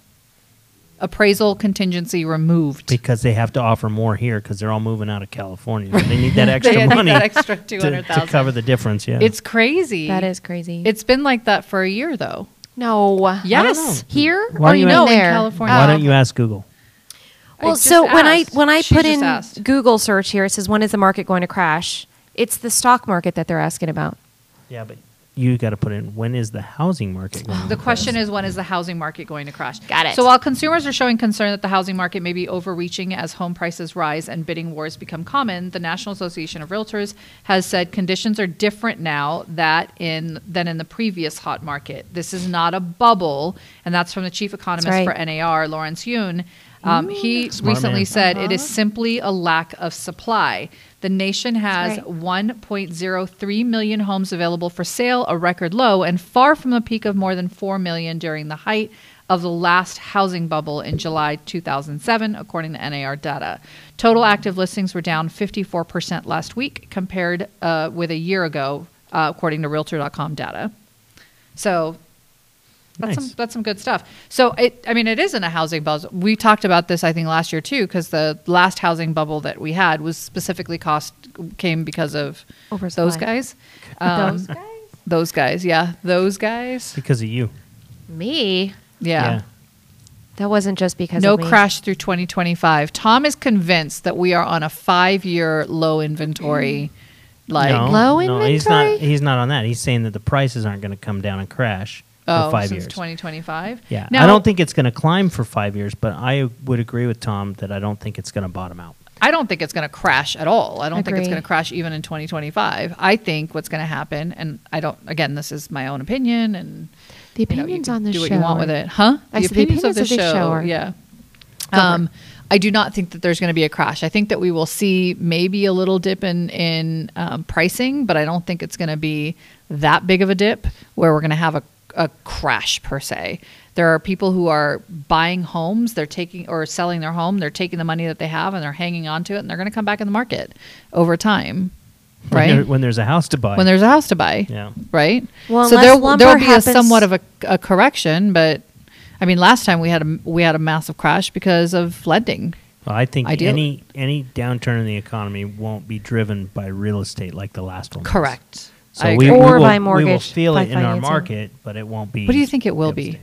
Appraisal contingency removed.
Because they have to offer more here because they're all moving out of California. So they
<laughs>
need that
<laughs>
extra
They need
money
that extra
<laughs> to- to,
200,000.
cover the difference. Yeah,
It's crazy.
That is crazy.
It's been like that for a year though.
no.
Yes.
Here
Why
or
don't you
in
ask-
No, in
there?
California.
why don't you ask Google?
I
Well,
just
so when I
asked.
when I
She
put
just
in
asked.
Google search here, it says when is the market going to crash? It's the stock market that they're asking about.
Yeah, but you got to put in when is the housing market
<sighs>
going?
The question is, when is the housing market going to crash?
Got it.
So while consumers are showing concern that the housing market may be overreaching as home prices rise and bidding wars become common, the National Association of Realtors has said conditions are different now that in than in the previous hot market. This is not a bubble, and that's from the chief economist
right.
for NAR, Lawrence Yun. Um, he recently
man.
said it is simply a lack of supply. The nation has
right.
1.03 million homes available for sale, a record low, and far from the peak of more than 4 million during the height of the last housing bubble in July 2007, according to NAR data. Total active listings were down 54% last week compared uh, with a year ago, uh, according to Realtor.com data. So that's
Nice.
some that's some good stuff. So it, I mean, it isn't a housing bubble. We talked about this, I think, last year too, because the last housing bubble that we had was specifically cost came because of
Oversupply.
those guys, Um, <laughs>
Those guys?
those guys, yeah, those guys,
because of you.
Me?
yeah.
That wasn't just because
No
of me.
crash through 2025. Tom is convinced that we are on a five-year low inventory. Like,
Mm. no,
low
no, he's not.
inventory?
He's not on that. He's saying that the prices aren't going to come down and crash
oh,
for five
since
years.
2025.
Yeah, I
Now-
don't think it's going to climb for five years, but I would agree with Tom that I don't think it's going to bottom out.
I don't think it's going to crash at all. I don't think it's
Agree.
going to crash even in 2025. I think what's going to happen, and I don't. Again, this is my own opinion, and
The
you know,
opinions
you can
on this
do what
show
you want with
are-
it, huh?
I said the opinions of this show are-
yeah. Um, I do not think that there's going to be a crash. I think that we will see maybe a little dip in in um, pricing, but I don't think it's going to be that big of a dip where we're going to have a a crash per se. There are people who are buying homes, they're taking or selling their home, they're taking the money that they have and they're hanging on to it, and they're going to come back in the market over time,
When, there-
right?
when there's a house to buy.
When there's a house to buy,
yeah,
right?
Well,
so
unless
there
lumber
there'll be a
happens-
somewhat of a, a correction, but I mean, last time we had a we had a massive crash because of lending.
well, I think
Ideally.
any any downturn in the economy won't be driven by real estate like the last one. was.
Correct.
So
I
we,
agree.
we
Or
will,
by
we will
mortgage,
feel
by
it in our
financing.
market, but it won't be.
What do you think it will
real
be?
estate.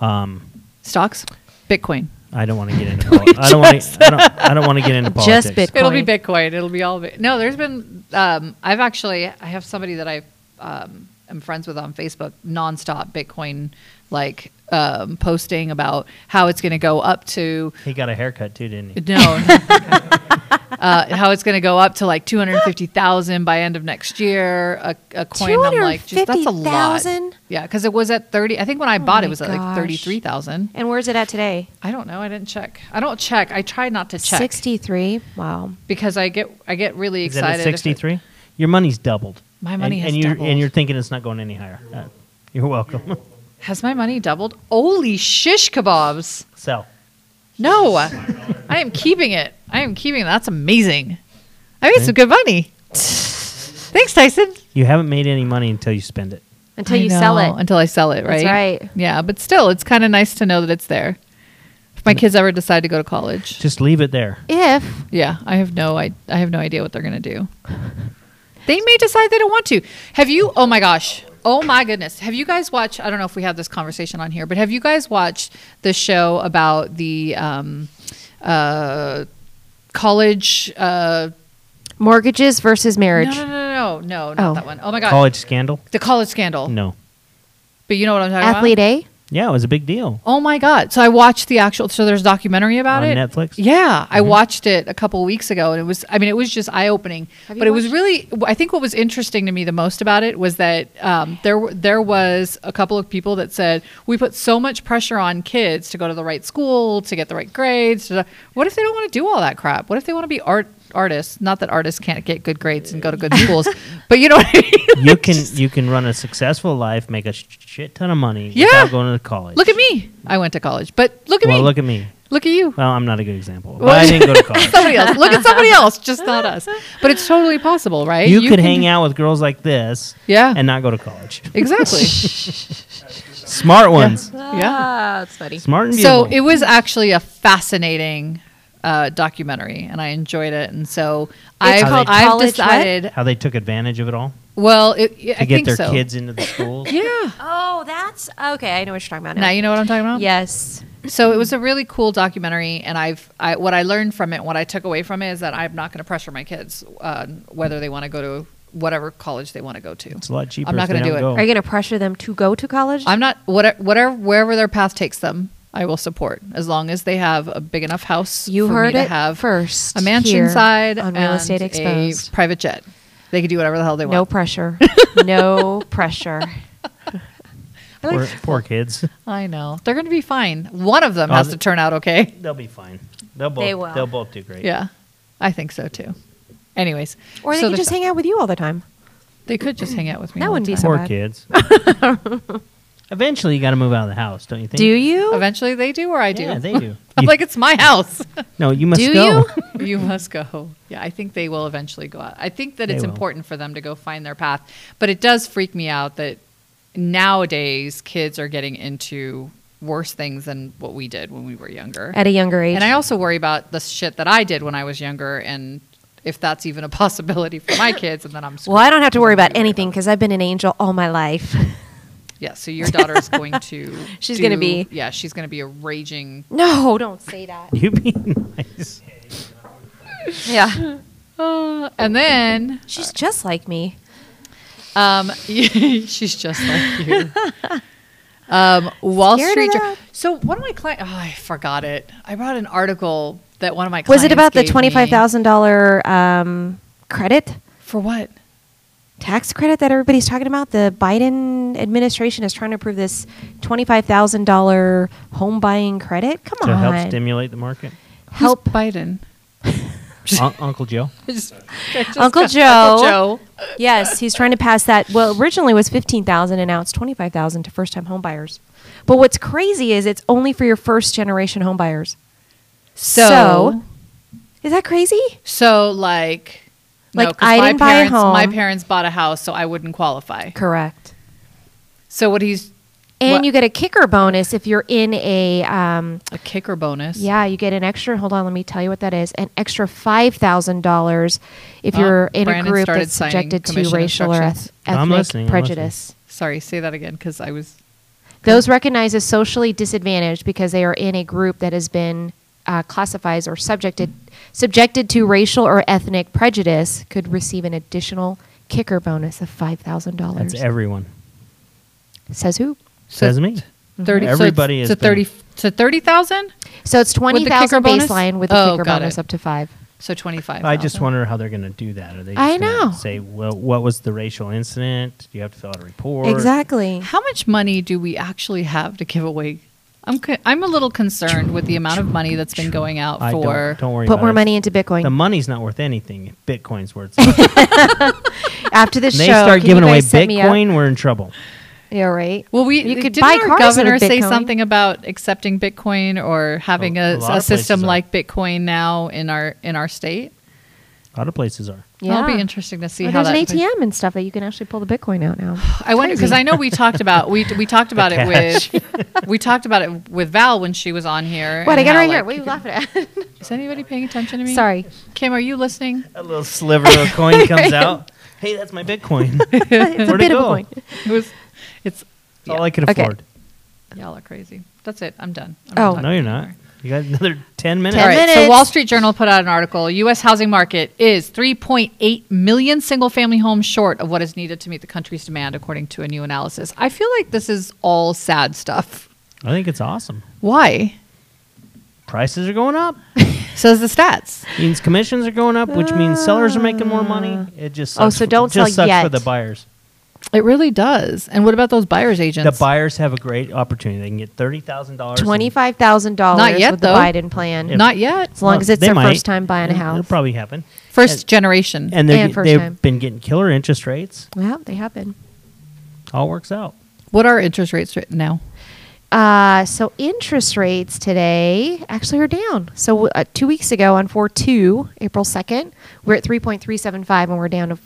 Um,
stocks, Bitcoin.
I don't want
<laughs>
to get into. poli- I don't want to. I don't. I don't want to get into politics.
Just Bitcoin.
It'll be Bitcoin. It'll be all. Bit- no, there's been. Um, I've actually I have somebody that I um, am friends with on Facebook nonstop Bitcoin like um, posting about how it's going to go up to
He got a haircut too, didn't he?
No. <laughs> uh, how it's going to go up to like 250,000 by end of next year. A, a coin, I'm like, just, that's a lot.
250,000?
Yeah, because it was at 30. I think when I bought it,
my
it was at
gosh.
like 33,000.
And where's it at today?
I don't know. I didn't check. I don't check. I try not to check
Sixty-three. Wow.
because I get I get really
Is that
excited.
at
if it-
63? Your money's doubled.
My money
and,
has
and you're,
doubled.
And you're thinking it's not going any higher. Uh, <laughs> You're welcome. <laughs>
Has my money doubled? Holy shish kebabs.
Sell.
No. I am keeping it. I am keeping it. That's amazing. I made
Okay.
some good money. Thanks, Tyson.
You haven't made any money until you spend it.
Until
I
you sell
know,
it.
Until I sell it, right?
That's right.
Yeah, but still, it's kind of nice to know that it's there. If my kids ever decide to go to college,
Just leave it there.
If
yeah, I have no, I, I have no idea what they're gonna do. They may decide they don't want to. Have you? Oh my gosh. Oh my goodness. Have you guys watched? I don't know if we have this conversation on here, but have you guys watched the show about the um, uh, college? Uh,
mortgages versus
no,
marriage.
no, no, no, no, not
Oh.
that one. Oh my god.
College scandal?
The college scandal.
No.
But you know what I'm talking about.
Athlete A?
Yeah, it was a big deal.
Oh my god! So I watched the actual. So there's a documentary about
On
it.
Netflix? Mm-hmm.
Yeah, I watched it a couple weeks ago, and it was. I mean, it was just eye opening.
Have
But
you
it was
watched-
really. I think what was interesting to me the most about it was that um, there were- there was a couple of people that said we put so much pressure on kids to go to the right school to get the right grades. to- What if they don't want to do all that crap? What if they want to be art artists? Not that artists can't get good grades and go to
<laughs>
good schools, but you know what I mean. <laughs>
You can you can run a successful life, make a sh- shit ton of money
Yeah.
without going to college.
Look at me. I went to college, but look at
well,
me.
look at me.
Look at you.
Well, I'm not a good example. But
Well- <laughs>
I didn't go to college.
somebody else. Look at somebody else, just not
<laughs>
us. But it's totally possible, right?
you, could hang out with girls like this
Yeah.
and not go to college.
<laughs>
<laughs>
Exactly.
Smart ones.
yeah.
that's funny.
Smart and
So
beautiful.
it was actually a fascinating uh, documentary, and I enjoyed it. And so I've,
called
I've
College what?
decided.
How they took advantage of it all
Well, it, yeah,
to
I
get
think
their
so. <laughs>
kids into the schools.
Yeah.
Oh, that's okay. I know what you're talking about now.
Now you know what I'm talking about.
Yes.
So it was a really cool documentary, and I've I, what I learned from it, what I took away from it, is that I'm not going to pressure my kids uh, whether they want to go to whatever college they want to go to.
It's a lot cheaper.
I'm not
going
gonna
to
do it.
Are you going to pressure them to go to college?
I'm not whatever, whatever wherever their path takes them. I will support as long as they have a big enough house.
You
for me
heard
to
it
have
first
a mansion
here
side
on Real
and
Estate
a
Exposed.
private jet. They can do whatever the hell they
no
want. <laughs>
pressure. no pressure.
poor, poor kids. <laughs>
I know they're going to be fine. One of them
Oh,
has
th-
to turn out okay.
They'll be fine. They'll both,
They
they
will.
will both do great.
Yeah, I think so too. Anyways,
Or they
so
can
there's-
just hang out with you all the time.
They could just hang out with me.
That
all the
wouldn't be
time.
so
Poor
bad.
<laughs>
kids. <laughs> Eventually, you got to move out of the house, don't you think?
Do you?
Eventually, they do, or I do.
Yeah, they do.
I'm <laughs>
You-
like it's my house.
no, you must
Do
go.
<laughs>
you?
you must go. Yeah, I think they will eventually go out. I think that
They
it's
will.
important for them to go find their path, but it does freak me out that nowadays kids are getting into worse things than what we did when we were younger.
At a younger age.
and I also worry about the shit that I did when I was younger and if that's even a possibility for my kids and then I'm
well, I don't have to worry about anything because I've been an angel all my life.
Yeah, so your daughter is going to
<laughs> She's
do-
gonna be-
Yeah, she's going to be a raging
no, don't say
<laughs>
that.
You be nice.
Yeah.
<laughs> uh, and then
She's just like me.
Um, <laughs> she's just like
<laughs>
you. Um, Wall
Scared of
Street. Jour-
that?
so one of my clients, oh, I forgot it. I brought an article that one of my clients
Was it about the
gave me.
twenty-five thousand dollar um, credit
for what?
tax credit that everybody's talking about? The Biden administration is trying to approve this twenty-five thousand dollar home buying credit. Come
To
on,
help stimulate the
<laughs>
market.
Help.
Who's Biden. <laughs>
Un- Uncle Joe.
I just- I just
Uncle
got-
Joe.
Uncle Joe.
yes, he's trying to pass that. Well, originally it was fifteen thousand, and now it's twenty-five thousand to first-time home buyers. But what's crazy is it's only for your first-generation home buyers.
So, so,
is that crazy?
like, no, 'cause
Like, I
my
didn't buy a
parents, My
home.
parents bought a house, so I wouldn't qualify.
Correct.
So what he's
And
What-
you get a kicker bonus if you're in a um,
a kicker bonus.
Yeah, you get an extra. Hold on, let me tell you what that is. An extra five thousand dollars if
Oh,
you're in
Brandon
a group
started
that's
signing
subjected to
commission
racial or eth-
instructions.
I'm
ethnic
listening, I'm
prejudice.
Sorry, say that again because I was
Those recognized as socially disadvantaged because they are in a group that has been uh, classified or subjected subjected to racial or ethnic prejudice could receive an additional kicker bonus of five thousand
That's
dollars.
everyone.
Says who?
Says me.
thirty.
Everybody
so
has
it's, to
been-
thirty to thirty thousand.
So it's twenty
kicker
thousand
bonus?
baseline with the
Oh,
kicker
got
bonus
it.
up to five.
So twenty five.
I just wonder how they're going to do that. Are they? Just
I
gonna
know.
Say, well, what was the racial incident? Do you have to fill out a report?
Exactly.
How much money do we actually have to give away? I'm co- I'm a little concerned with the amount of money that's been going out
I
for.
don't, don't worry.
Put
about
more
it.
money into Bitcoin.
The money's not worth anything. Bitcoin's
<laughs>
worth. something.
After this
<laughs> they
show,
start
can
giving
you
away
guys set me up?
Bitcoin, we're in trouble.
Yeah, right.
Well, we
you could
didn't
buy
our
cars with
governor say
Bitcoin.
something about accepting Bitcoin or having
A-
a,
a lot
a
of
system
places are.
like Bitcoin now in our in our state?
A lot of places are.
That'll be interesting to see
Well,
how
there's an
that.
ATM and stuff that you can actually pull the
<sighs>
Bitcoin out now.
I wonder because
Crazy.
I know we talked about we we talked about it
<laughs>
with we talked about it with Val when she was on here.
What
and
I got
how,
right here.
like,
What are you laughing
<laughs>
at?
Is anybody paying attention to me? <laughs>
Sorry.
Kim, are you listening?
A little sliver
<laughs>
of coin comes out. Hey, that's my Bitcoin. It's
It's a
Where'd it
bit of
go?
a coin.
It was, it's
all I could
Okay.
afford.
Y'all are crazy. That's it. I'm done. I'm
Oh.
not
No,
talking
you're not.
anymore.
You got another ten minutes.
All
Ten
right. So
minutes.
Wall Street Journal put out an article. U.S. housing market is 3.8 million single-family homes short of what is needed to meet the country's demand, according to a new analysis. I feel like this is all sad stuff.
I think it's awesome.
Why?
Prices are going up.
Says the stats.
means commissions are going up, which means sellers are making more money. It just
Oh,
sucks
so
for-
don't
just
sell
sucks for
yet.
the buyers.
It really does. And what about those buyers
The
agents?
buyers have a great opportunity. They can get thirty thousand dollars.
Twenty-five thousand dollars
Not yet,
with the
though.
Biden plan.
Not yet.
as long as it's their first time buying a
It'll
house.
probably happen.
First generation.
And, they're
And
get-
first
they've
time.
been getting killer interest rates.
yeah, they have been.
All works out.
what are interest rates right now?
Uh, so interest rates today actually are down. So uh, two weeks ago on 4-2, April 2nd, we're at 3.375 and we're down to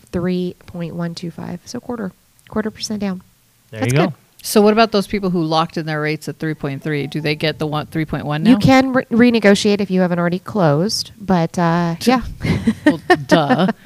3.125. So quarter, quarter percent down.
There
That's
you go.
good.
So what about those people who locked in their rates at 3.3? Do they get the one 3.1 now?
You can re- renegotiate if you haven't already closed, but uh, yeah.
Well, duh. <laughs>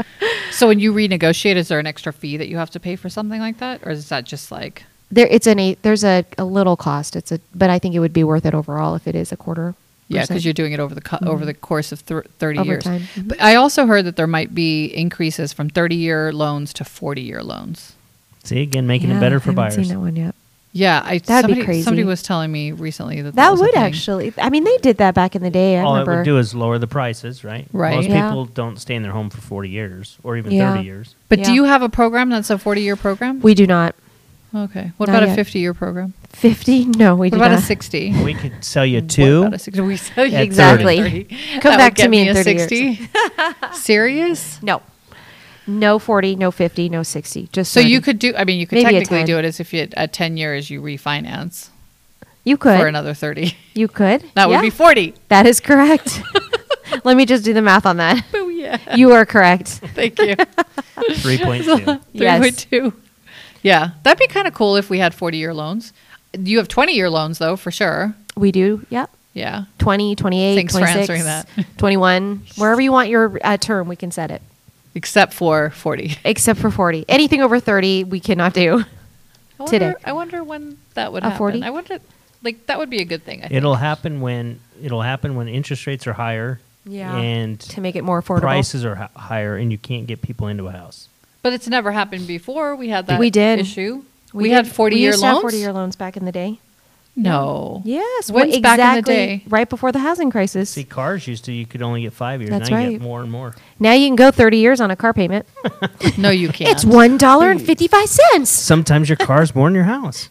So when you renegotiate, is there an extra fee that you have to pay for something like that, or is that just like
There, it's an eight, there's a, a little cost. It's a, but I think it would be worth it overall if it is a quarter.
yeah, because
percent.
you're Mm-hmm. doing it over the co- over the course of th- 30
Over
years.
time, mhm.
But I also heard that there might be increases from 30 year loans to 40 year loans.
See again, making
Yeah,
it better
I
for
haven't
buyers.
Seen that one yet.
Yeah, I
That'd be
somebody,
crazy.
somebody was telling me recently that
That
was a
would
thing.
actually. I mean, they did that back in the day. I
All it
remember.
would do is lower the prices, right?
Right.
Most
Yeah.
people don't stay in their home for forty years or even
Yeah.
thirty years.
But do
Yeah.
you have a program that's a 40 year program?
we do not.
okay. What
Not
about a
yet.
50 year program?
Fifty? <laughs> No, we
What
do
about
not.
a 60?
We could sell you
What
two.
about a 60? We sell you
At
Exactly.
30.
Come
That would
back to
get
me in
a
30 years.
60? <laughs> Serious?
No, no forty, no fifty, no sixty. Just
So you
30.
could do. I mean, you could
Maybe a
technically
10.
do it as if you at ten years you refinance
you could
for another thirty. <laughs>
you could
That
Yeah.
would be forty.
That is
<laughs>
correct. Let me just do the math on that.
Oh yeah.
You are correct.
<laughs> Thank
<laughs>
you.
Three point two.
Yes.
Three point two. Yeah, that'd be kind of cool if we had forty-year loans. You have twenty-year loans though, for sure.
We do. Yep.
Yeah.
20, 28,
Thanks for
26,
answering that.
<laughs> 21, wherever you want your uh, term, we can set it.
Except for
<laughs>
forty.
Except for 40. Anything over 30, we cannot do. <laughs>
I wonder,
Today.
I wonder when that would
A
happen.
40?
I wonder, like that would be a good thing. I think.
It'll happen when it'll happen when interest rates are higher.
Yeah.
And
To make it more affordable.
prices are h- higher and you can't get people into a house.
But it's never happened before. We had that.
We did.
issue. We, had
did-
forty-year
we used to have
loans.
40 year loans back in the day.
No.
Yes.
When's
what-
back in the
exactly
day?
Right before the housing crisis.
See, cars used to you could only get five years.
That's
now you
right.
get more and more.
Now you can go 30 years on a car payment.
No, you can't.
<laughs> It's $1.55.
Sometimes your car's more than your
<laughs>
house.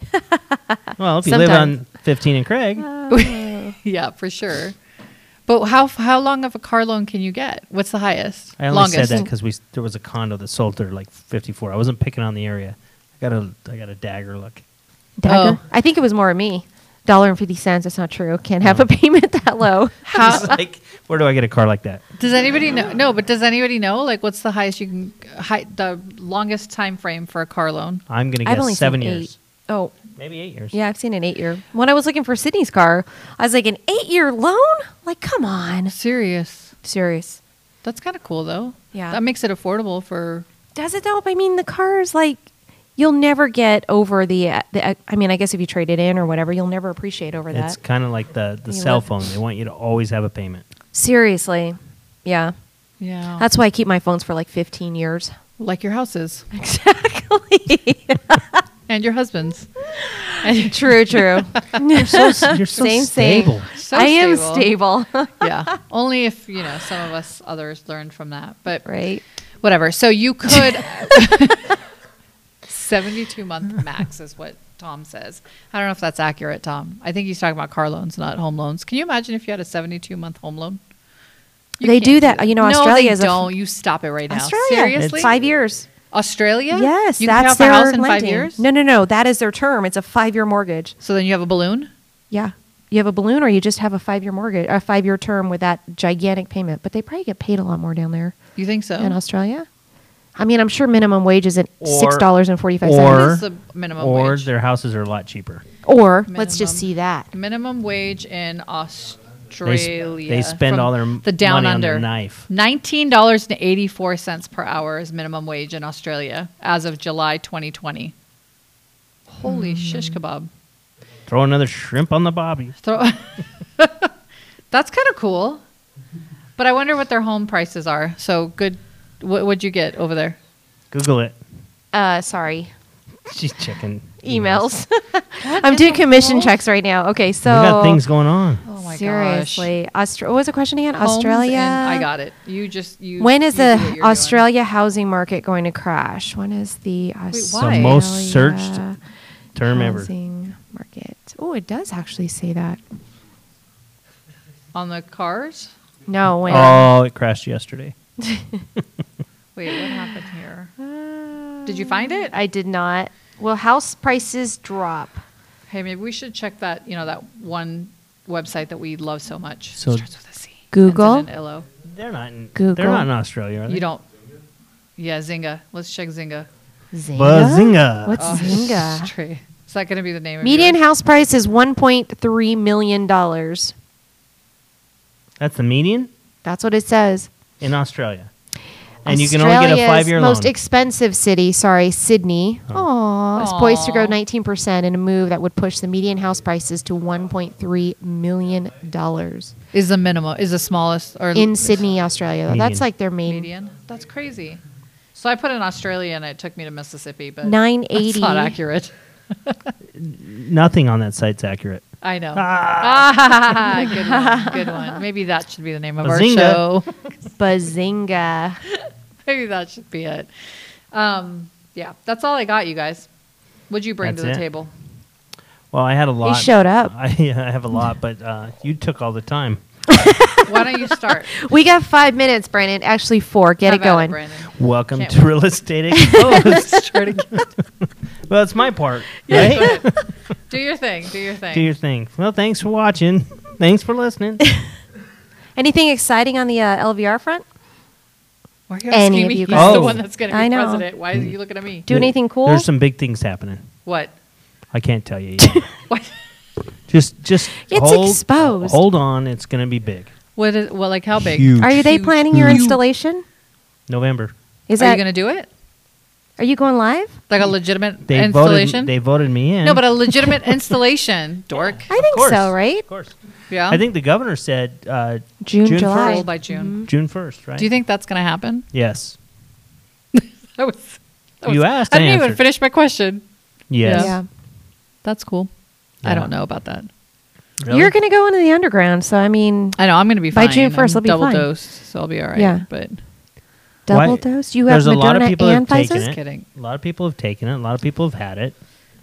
Well, if you live
Sometimes. Uh,
on 15 and Craig,
<laughs> Yeah, for sure. But how how long of a car loan can you get? What's the highest?
I only
Longest.
said that because we s- there was a condo that sold for like 54. I wasn't picking on the area. I got a I got a dagger look. <laughs>
Dagger.
Oh.
I think it was more of me. $1.50. That's not true. Can't have a <laughs> payment that low.
It's like, where do I get a car like that?
Does anybody know? No, but does anybody know? Like, what's the highest you can? High, the longest time frame for a car loan?
I'm gonna
I've
guess
only
seven
seen
years,
eight. Oh,
maybe eight years.
Yeah, I've seen an eight year. When I was looking for Sydney's car, I was like, an eight year loan? Like, come on.
Serious.
Serious.
That's kind of cool, though.
Yeah.
that makes it affordable for.
Does it though? I mean, the car is like, you'll never get over the, uh, the. I mean, I guess if you trade it in or whatever, you'll never appreciate over that.
It's kind of like the the
You
cell
live-
phone. They want you to always have a payment.
Seriously. Yeah.
Oh.
Yeah,
That's why I keep my phones for like 15
<laughs>
years.
like your houses
Exactly.
and your husband's. <laughs> And-
<laughs> true, true.
<laughs>
<laughs>
You're so
Same, same.
stable.
So
I am
stable.
stable.
<laughs>
yeah, only if you know some of us others learn from that. But
right.
whatever. So you
<laughs>
could 72 month max is what Tom says. I don't know if that's accurate, Tom. I think he's talking about car loans, not home loans. Can you imagine if you had a 72 month home loan?
They
can't
do that. You know,
no,
Australia
they
is a f-
don't. you stop it right now.
Australia.
Seriously?
It's five years.
Australia?
Yes.
You can pay
that's
off a
their
house in five
lending.
years?
No, no, no. That is their term. It's a five year mortgage.
So then you have a balloon?
Yeah. You have a balloon or you just have a five year mortgage, a five year term with that gigantic payment. But they probably get paid a lot more down there
You think so?
in Australia. I mean, I'm sure minimum wage is at six dollars and forty five
or-
cents.
What is the minimum
or
wage?
their houses are a lot cheaper.
Or let's just
Minimum.
see that.
Minimum wage in
They, s-
Australia.
they spend
from
all their m-
the down
money on
under
their knife.
Nineteen dollars and eighty four cents per hour is minimum wage in Australia as of July 2020. Holy shish kebab!
Throw another shrimp on the bobby.
Throw. <laughs> That's kind of cool, but I wonder what their home prices are. So good. What would you get over there?
Google it.
Uh, sorry,
She's checking
<laughs>
emails. <laughs> I'm doing commission checks right now. Okay, so
we got things going on.
Oh my gosh.
seriously, Austra- what was the question again?
Homes
Australia.
and- I got it. You just you.
When is
you do
the
what you're doing.
Australia housing market going to crash? When is the Australia
why?
The most searched term ever.
housing market? Oh, it does actually say that.
on the cars?
No, when?
Oh, it crashed yesterday.
Wait, what happened here? Did you find it?
I did not. Will house prices drop?
Hey, maybe we should check that. You know that one website that we love so much.
So-
Starts with a C.
Google?
Ends in an LO.
They're not in. They're
Google.
not in Australia, are they?
You don't. Yeah, Zynga. Let's check Zynga.
Zynga?
Bazinga.
What's
Oh, <laughs>
Zynga?
Tree. Is that going to be the name? of
Median
yours?
house price is $1.3 million. That's
That's the median
what it says.
in Australia, and you can only get a
Australia's
five-year loan. Oh.
most expensive city, sorry, Sydney. Aww, is poised to grow
Aw.
19% in a move that would push the median house prices to 1.3 million dollars
is the minimum is the smallest or
in Sydney, Australia.
Median.
That's like their main
median. That's crazy. So I put in Australia and it took me to Mississippi, but
980.
That's not accurate.
Nothing on that site's accurate.
I know. Ah. <laughs> good one. Good one. Maybe that should be the name of our
Bazinga.
show.
Bazinga.
Maybe that should be it. Um, yeah, that's all I got, you guys. What'd you bring
That's
to the
it.
table?
Well, I had a lot.
showed up.
<laughs> I, yeah, I have a lot, but uh, you took all the time.
Why don't you
<laughs>
start?
We got five minutes, Brandon. Actually, four. Get
How
it
about
going.
Brandon.
Welcome
Can't
to
wait. <laughs>
Real Estate Exposed.
Start again.
<laughs> well, that's my part,
Yeah,
right?
go ahead. Do your thing. Do your thing.
Do your thing. Well, thanks for watching. Thanks for listening.
Anything exciting on the uh, LVR front?
Why are you
Any
asking
of
me?
you
He's
guys.
the
Oh.
one that's going to
I
be
know.
president. Why are you looking at me?
Do anything cool?
There's some big things happening.
What?
I can't tell you.
<laughs>
Yet.
What?
just, just
It's
hold,
exposed.
Hold on, it's gonna be big.
What is, well, like how big?
Mm.
Huge.
Are you they
Huge.
planning your installation?
November.
Is
are
that
you going to do it?
are you going live?
Like a legitimate
They
installation?
voted. They voted me in.
no, but a
<laughs>
legitimate installation, dork.
I think
course.
so, right?
of course.
Yeah.
I think the governor said uh,
June,
June
July.
Roll by
Mm-hmm.
June.
June first, right?
Hmm? Do you think that's going to happen?
Yes.
I was, that
You
was-
asked,
I
I
didn't even
answered.
finish my question.
Yes.
Yeah.
That's cool. I
Yeah.
don't know about that.
Really?
You're going to go into the underground, so I mean,
I know I'm going to be
By
fine.
June 1st,
I'm
I'll be
double
fine.
dosed, so I'll be all right.
Yeah.
But
double
Why-
dose. You have
There's a lot of
Moderna
people
and
have taken
Pfizer.
it.
Kidding.
A lot of people have taken it. A lot of people have had it.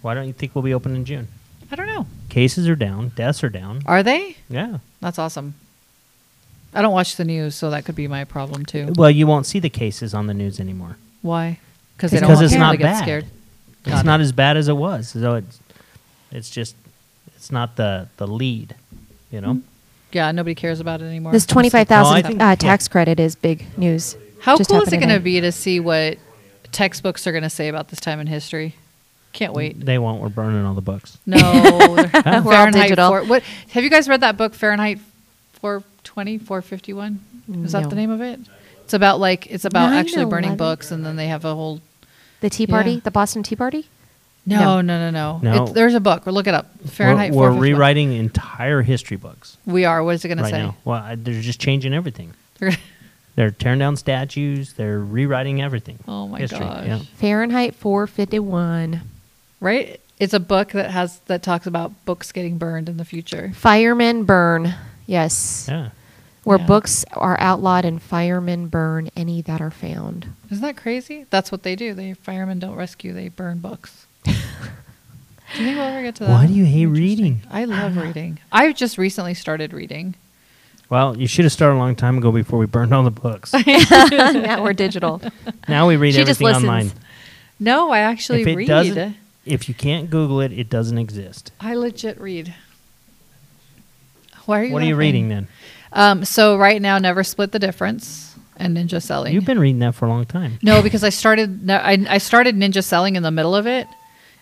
Why don't you think we'll be open in June?
I don't know.
Cases are down. Deaths are down.
Are they?
Yeah.
That's awesome. I don't watch the news, so that could be my problem too.
Well, you won't see the cases on the news anymore.
Why? Because they don't
Because
want
it's
people
not
to get
bad.
scared.
It's not as bad as it was. So it's it's just it's not the the lead, you
Mm.
know.
Yeah, nobody cares about it anymore.
This twenty-five
No, I
thousand
think-
uh,
yeah.
tax credit is big news.
How
Just
cool is
happened
it going to
today.
be to see what textbooks are going to say about this time in history? Can't wait.
They won't. We're burning all the books.
No, they're-
<laughs> We're all
Fahrenheit.
digital.
Four, what have you guys read that book, Fahrenheit 420, 451? Is that
No.
the name of it? It's about like it's about actually burning
9/11.
books, and then they have a whole.
The Tea Party,
Yeah.
the Boston Tea Party.
No, no, no, no.
No.
It, there's a book. Look it up. Fahrenheit.
we're, we're
451.
rewriting entire history books
We are. What is it going
right
to say?
now. Well, I, they're just changing everything.
<laughs> They're gonna-
They're tearing down statues. They're rewriting everything.
Oh my
History,
gosh.
yeah.
Fahrenheit four fifty-one.
Right? It's a book that has that talks about books getting burned in the future.
Firemen burn. Yes,
Yeah.
where
Yeah.
books are outlawed and firemen burn any that are found.
<laughs> Isn't that crazy? That's what they do. They firemen don't rescue; they burn books. <laughs> do you think we'll ever get to that?
Why do you hate
Interesting.
reading?
I love reading. I've just recently started reading.
Well, you should have started a long time ago before we burned all
<laughs>
the books.
now we're <laughs> digital.
now we read
She just
everything
listens.
online.
No, I actually
If it
read.
doesn't, if you can't Google it, it doesn't exist.
I legit read. Why are you?
What are you
laughing?
reading then?
Um, so right now, never split the difference and ninja selling.
You've been reading that for a long time.
No, because I started no, I, I started ninja selling in the middle of it,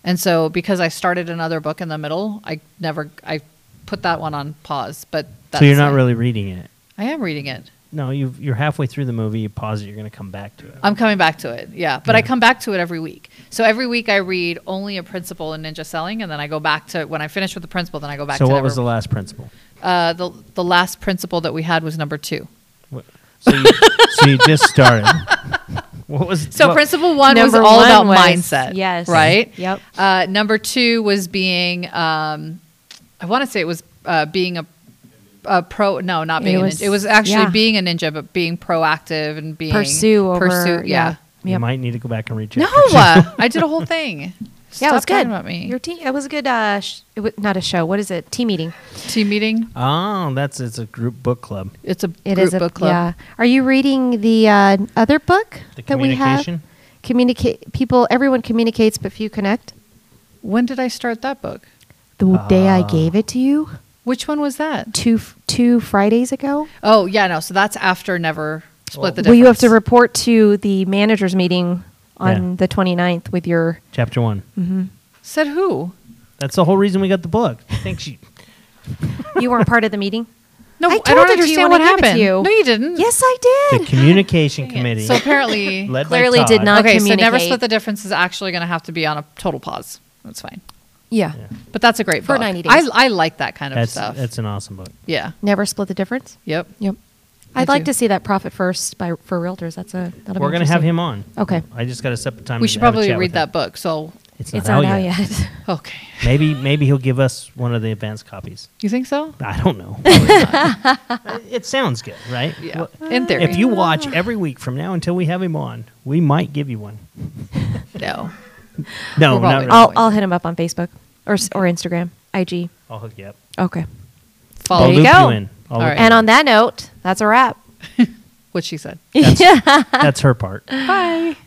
and so because I started another book in the middle, I never I put that one on pause. But that's
so you're not
it.
really reading it.
I am reading it.
No, you've, you're halfway through the movie. You pause it. You're going to come back to it.
I'm coming back to it. Yeah, but I
Yeah.
come back to it every week. So every week I read only a principle in ninja selling, and then I go back to when I finish with the principle, then I go back.
so
to
what
whatever-
was the last principle?
uh, the the last principle that we had was number two.
What- So you, so you just started. <laughs> What was
So
what-
principle one
Number
was all
one
about
was-
mindset.
yes.
Right.
Yep.
Uh, number two was being. Um, I want to say it was uh, being a, a pro. No, not being.
It
a
was-
ninja. it was actually
yeah.
being a ninja, but being proactive and being
Pursue over-
Pursue.
yeah.
Yeah.
You
Yep.
might need to go back and reach
No, uh, I did a whole thing.
<laughs>
Stop
Yeah, it was good.
talking About me.
Your team. It was a good. Uh, sh- it was not a show. What is it? Team meeting.
team meeting.
Oh, that's it's a group book club.
It's a
It
group
is a
book club.
Yeah. Are you reading the uh, other book
The
that we have?
communication?
Communicate. People. Everyone communicates, but few connect.
When did I start that book?
The day
Ah.
I gave it to you,
Which one was that?
two f- two Fridays ago.
Oh yeah, no. So that's after never split the difference.
Well, you have to report to the managers meeting on
Yeah.
the 29th with your.
Chapter one.
Hmm. Said who?
That's the whole reason we got the book. I think
<laughs>
she.
You weren't part of the meeting.
No,
I
I,
told
don't
it to you
understand what
when I gave it to
happened.
you.
No, you didn't.
<laughs> Yes, I
The
did.
communication
Dang it.
committee.
So
<laughs>
apparently,
led by
Clearly did
Todd.
not
okay. So never
communicate.
split the difference is actually going to have to be on a total pause. That's fine.
yeah.
But that's a great
For
book.
90 days.
I I like that kind of
That's
stuff.
that's an awesome book.
yeah.
Never split the difference.
Yep.
Yep.
I
I'd like
do.
to see that profit first by for realtors. That's a. That'll be
We're gonna have
interesting.
him on.
Okay.
I just got to set the time.
We
to
should
have a
probably
chat with
read that
him.
book. So
It's not,
It's not
out,
out
yet.
yet. <laughs>
okay,
maybe maybe he'll give us one of the advanced copies.
you think so?
I don't
<laughs>
know. it sounds good, right?
Yeah.
Well,
In theory,
if you watch every week from now until we have him on, we might give you one.
no.
No,
We're
not
probably-
really.
I'll, I'll hit him up on Facebook or s- or Instagram, IG.
I'll hook you up.
Okay.
Follow
I'll
you
loop
go.
you in. I'll
All
loop
right.
you
And on that note, that's a wrap.
what she said.
<laughs>
in. that's, that's her part.
Bye.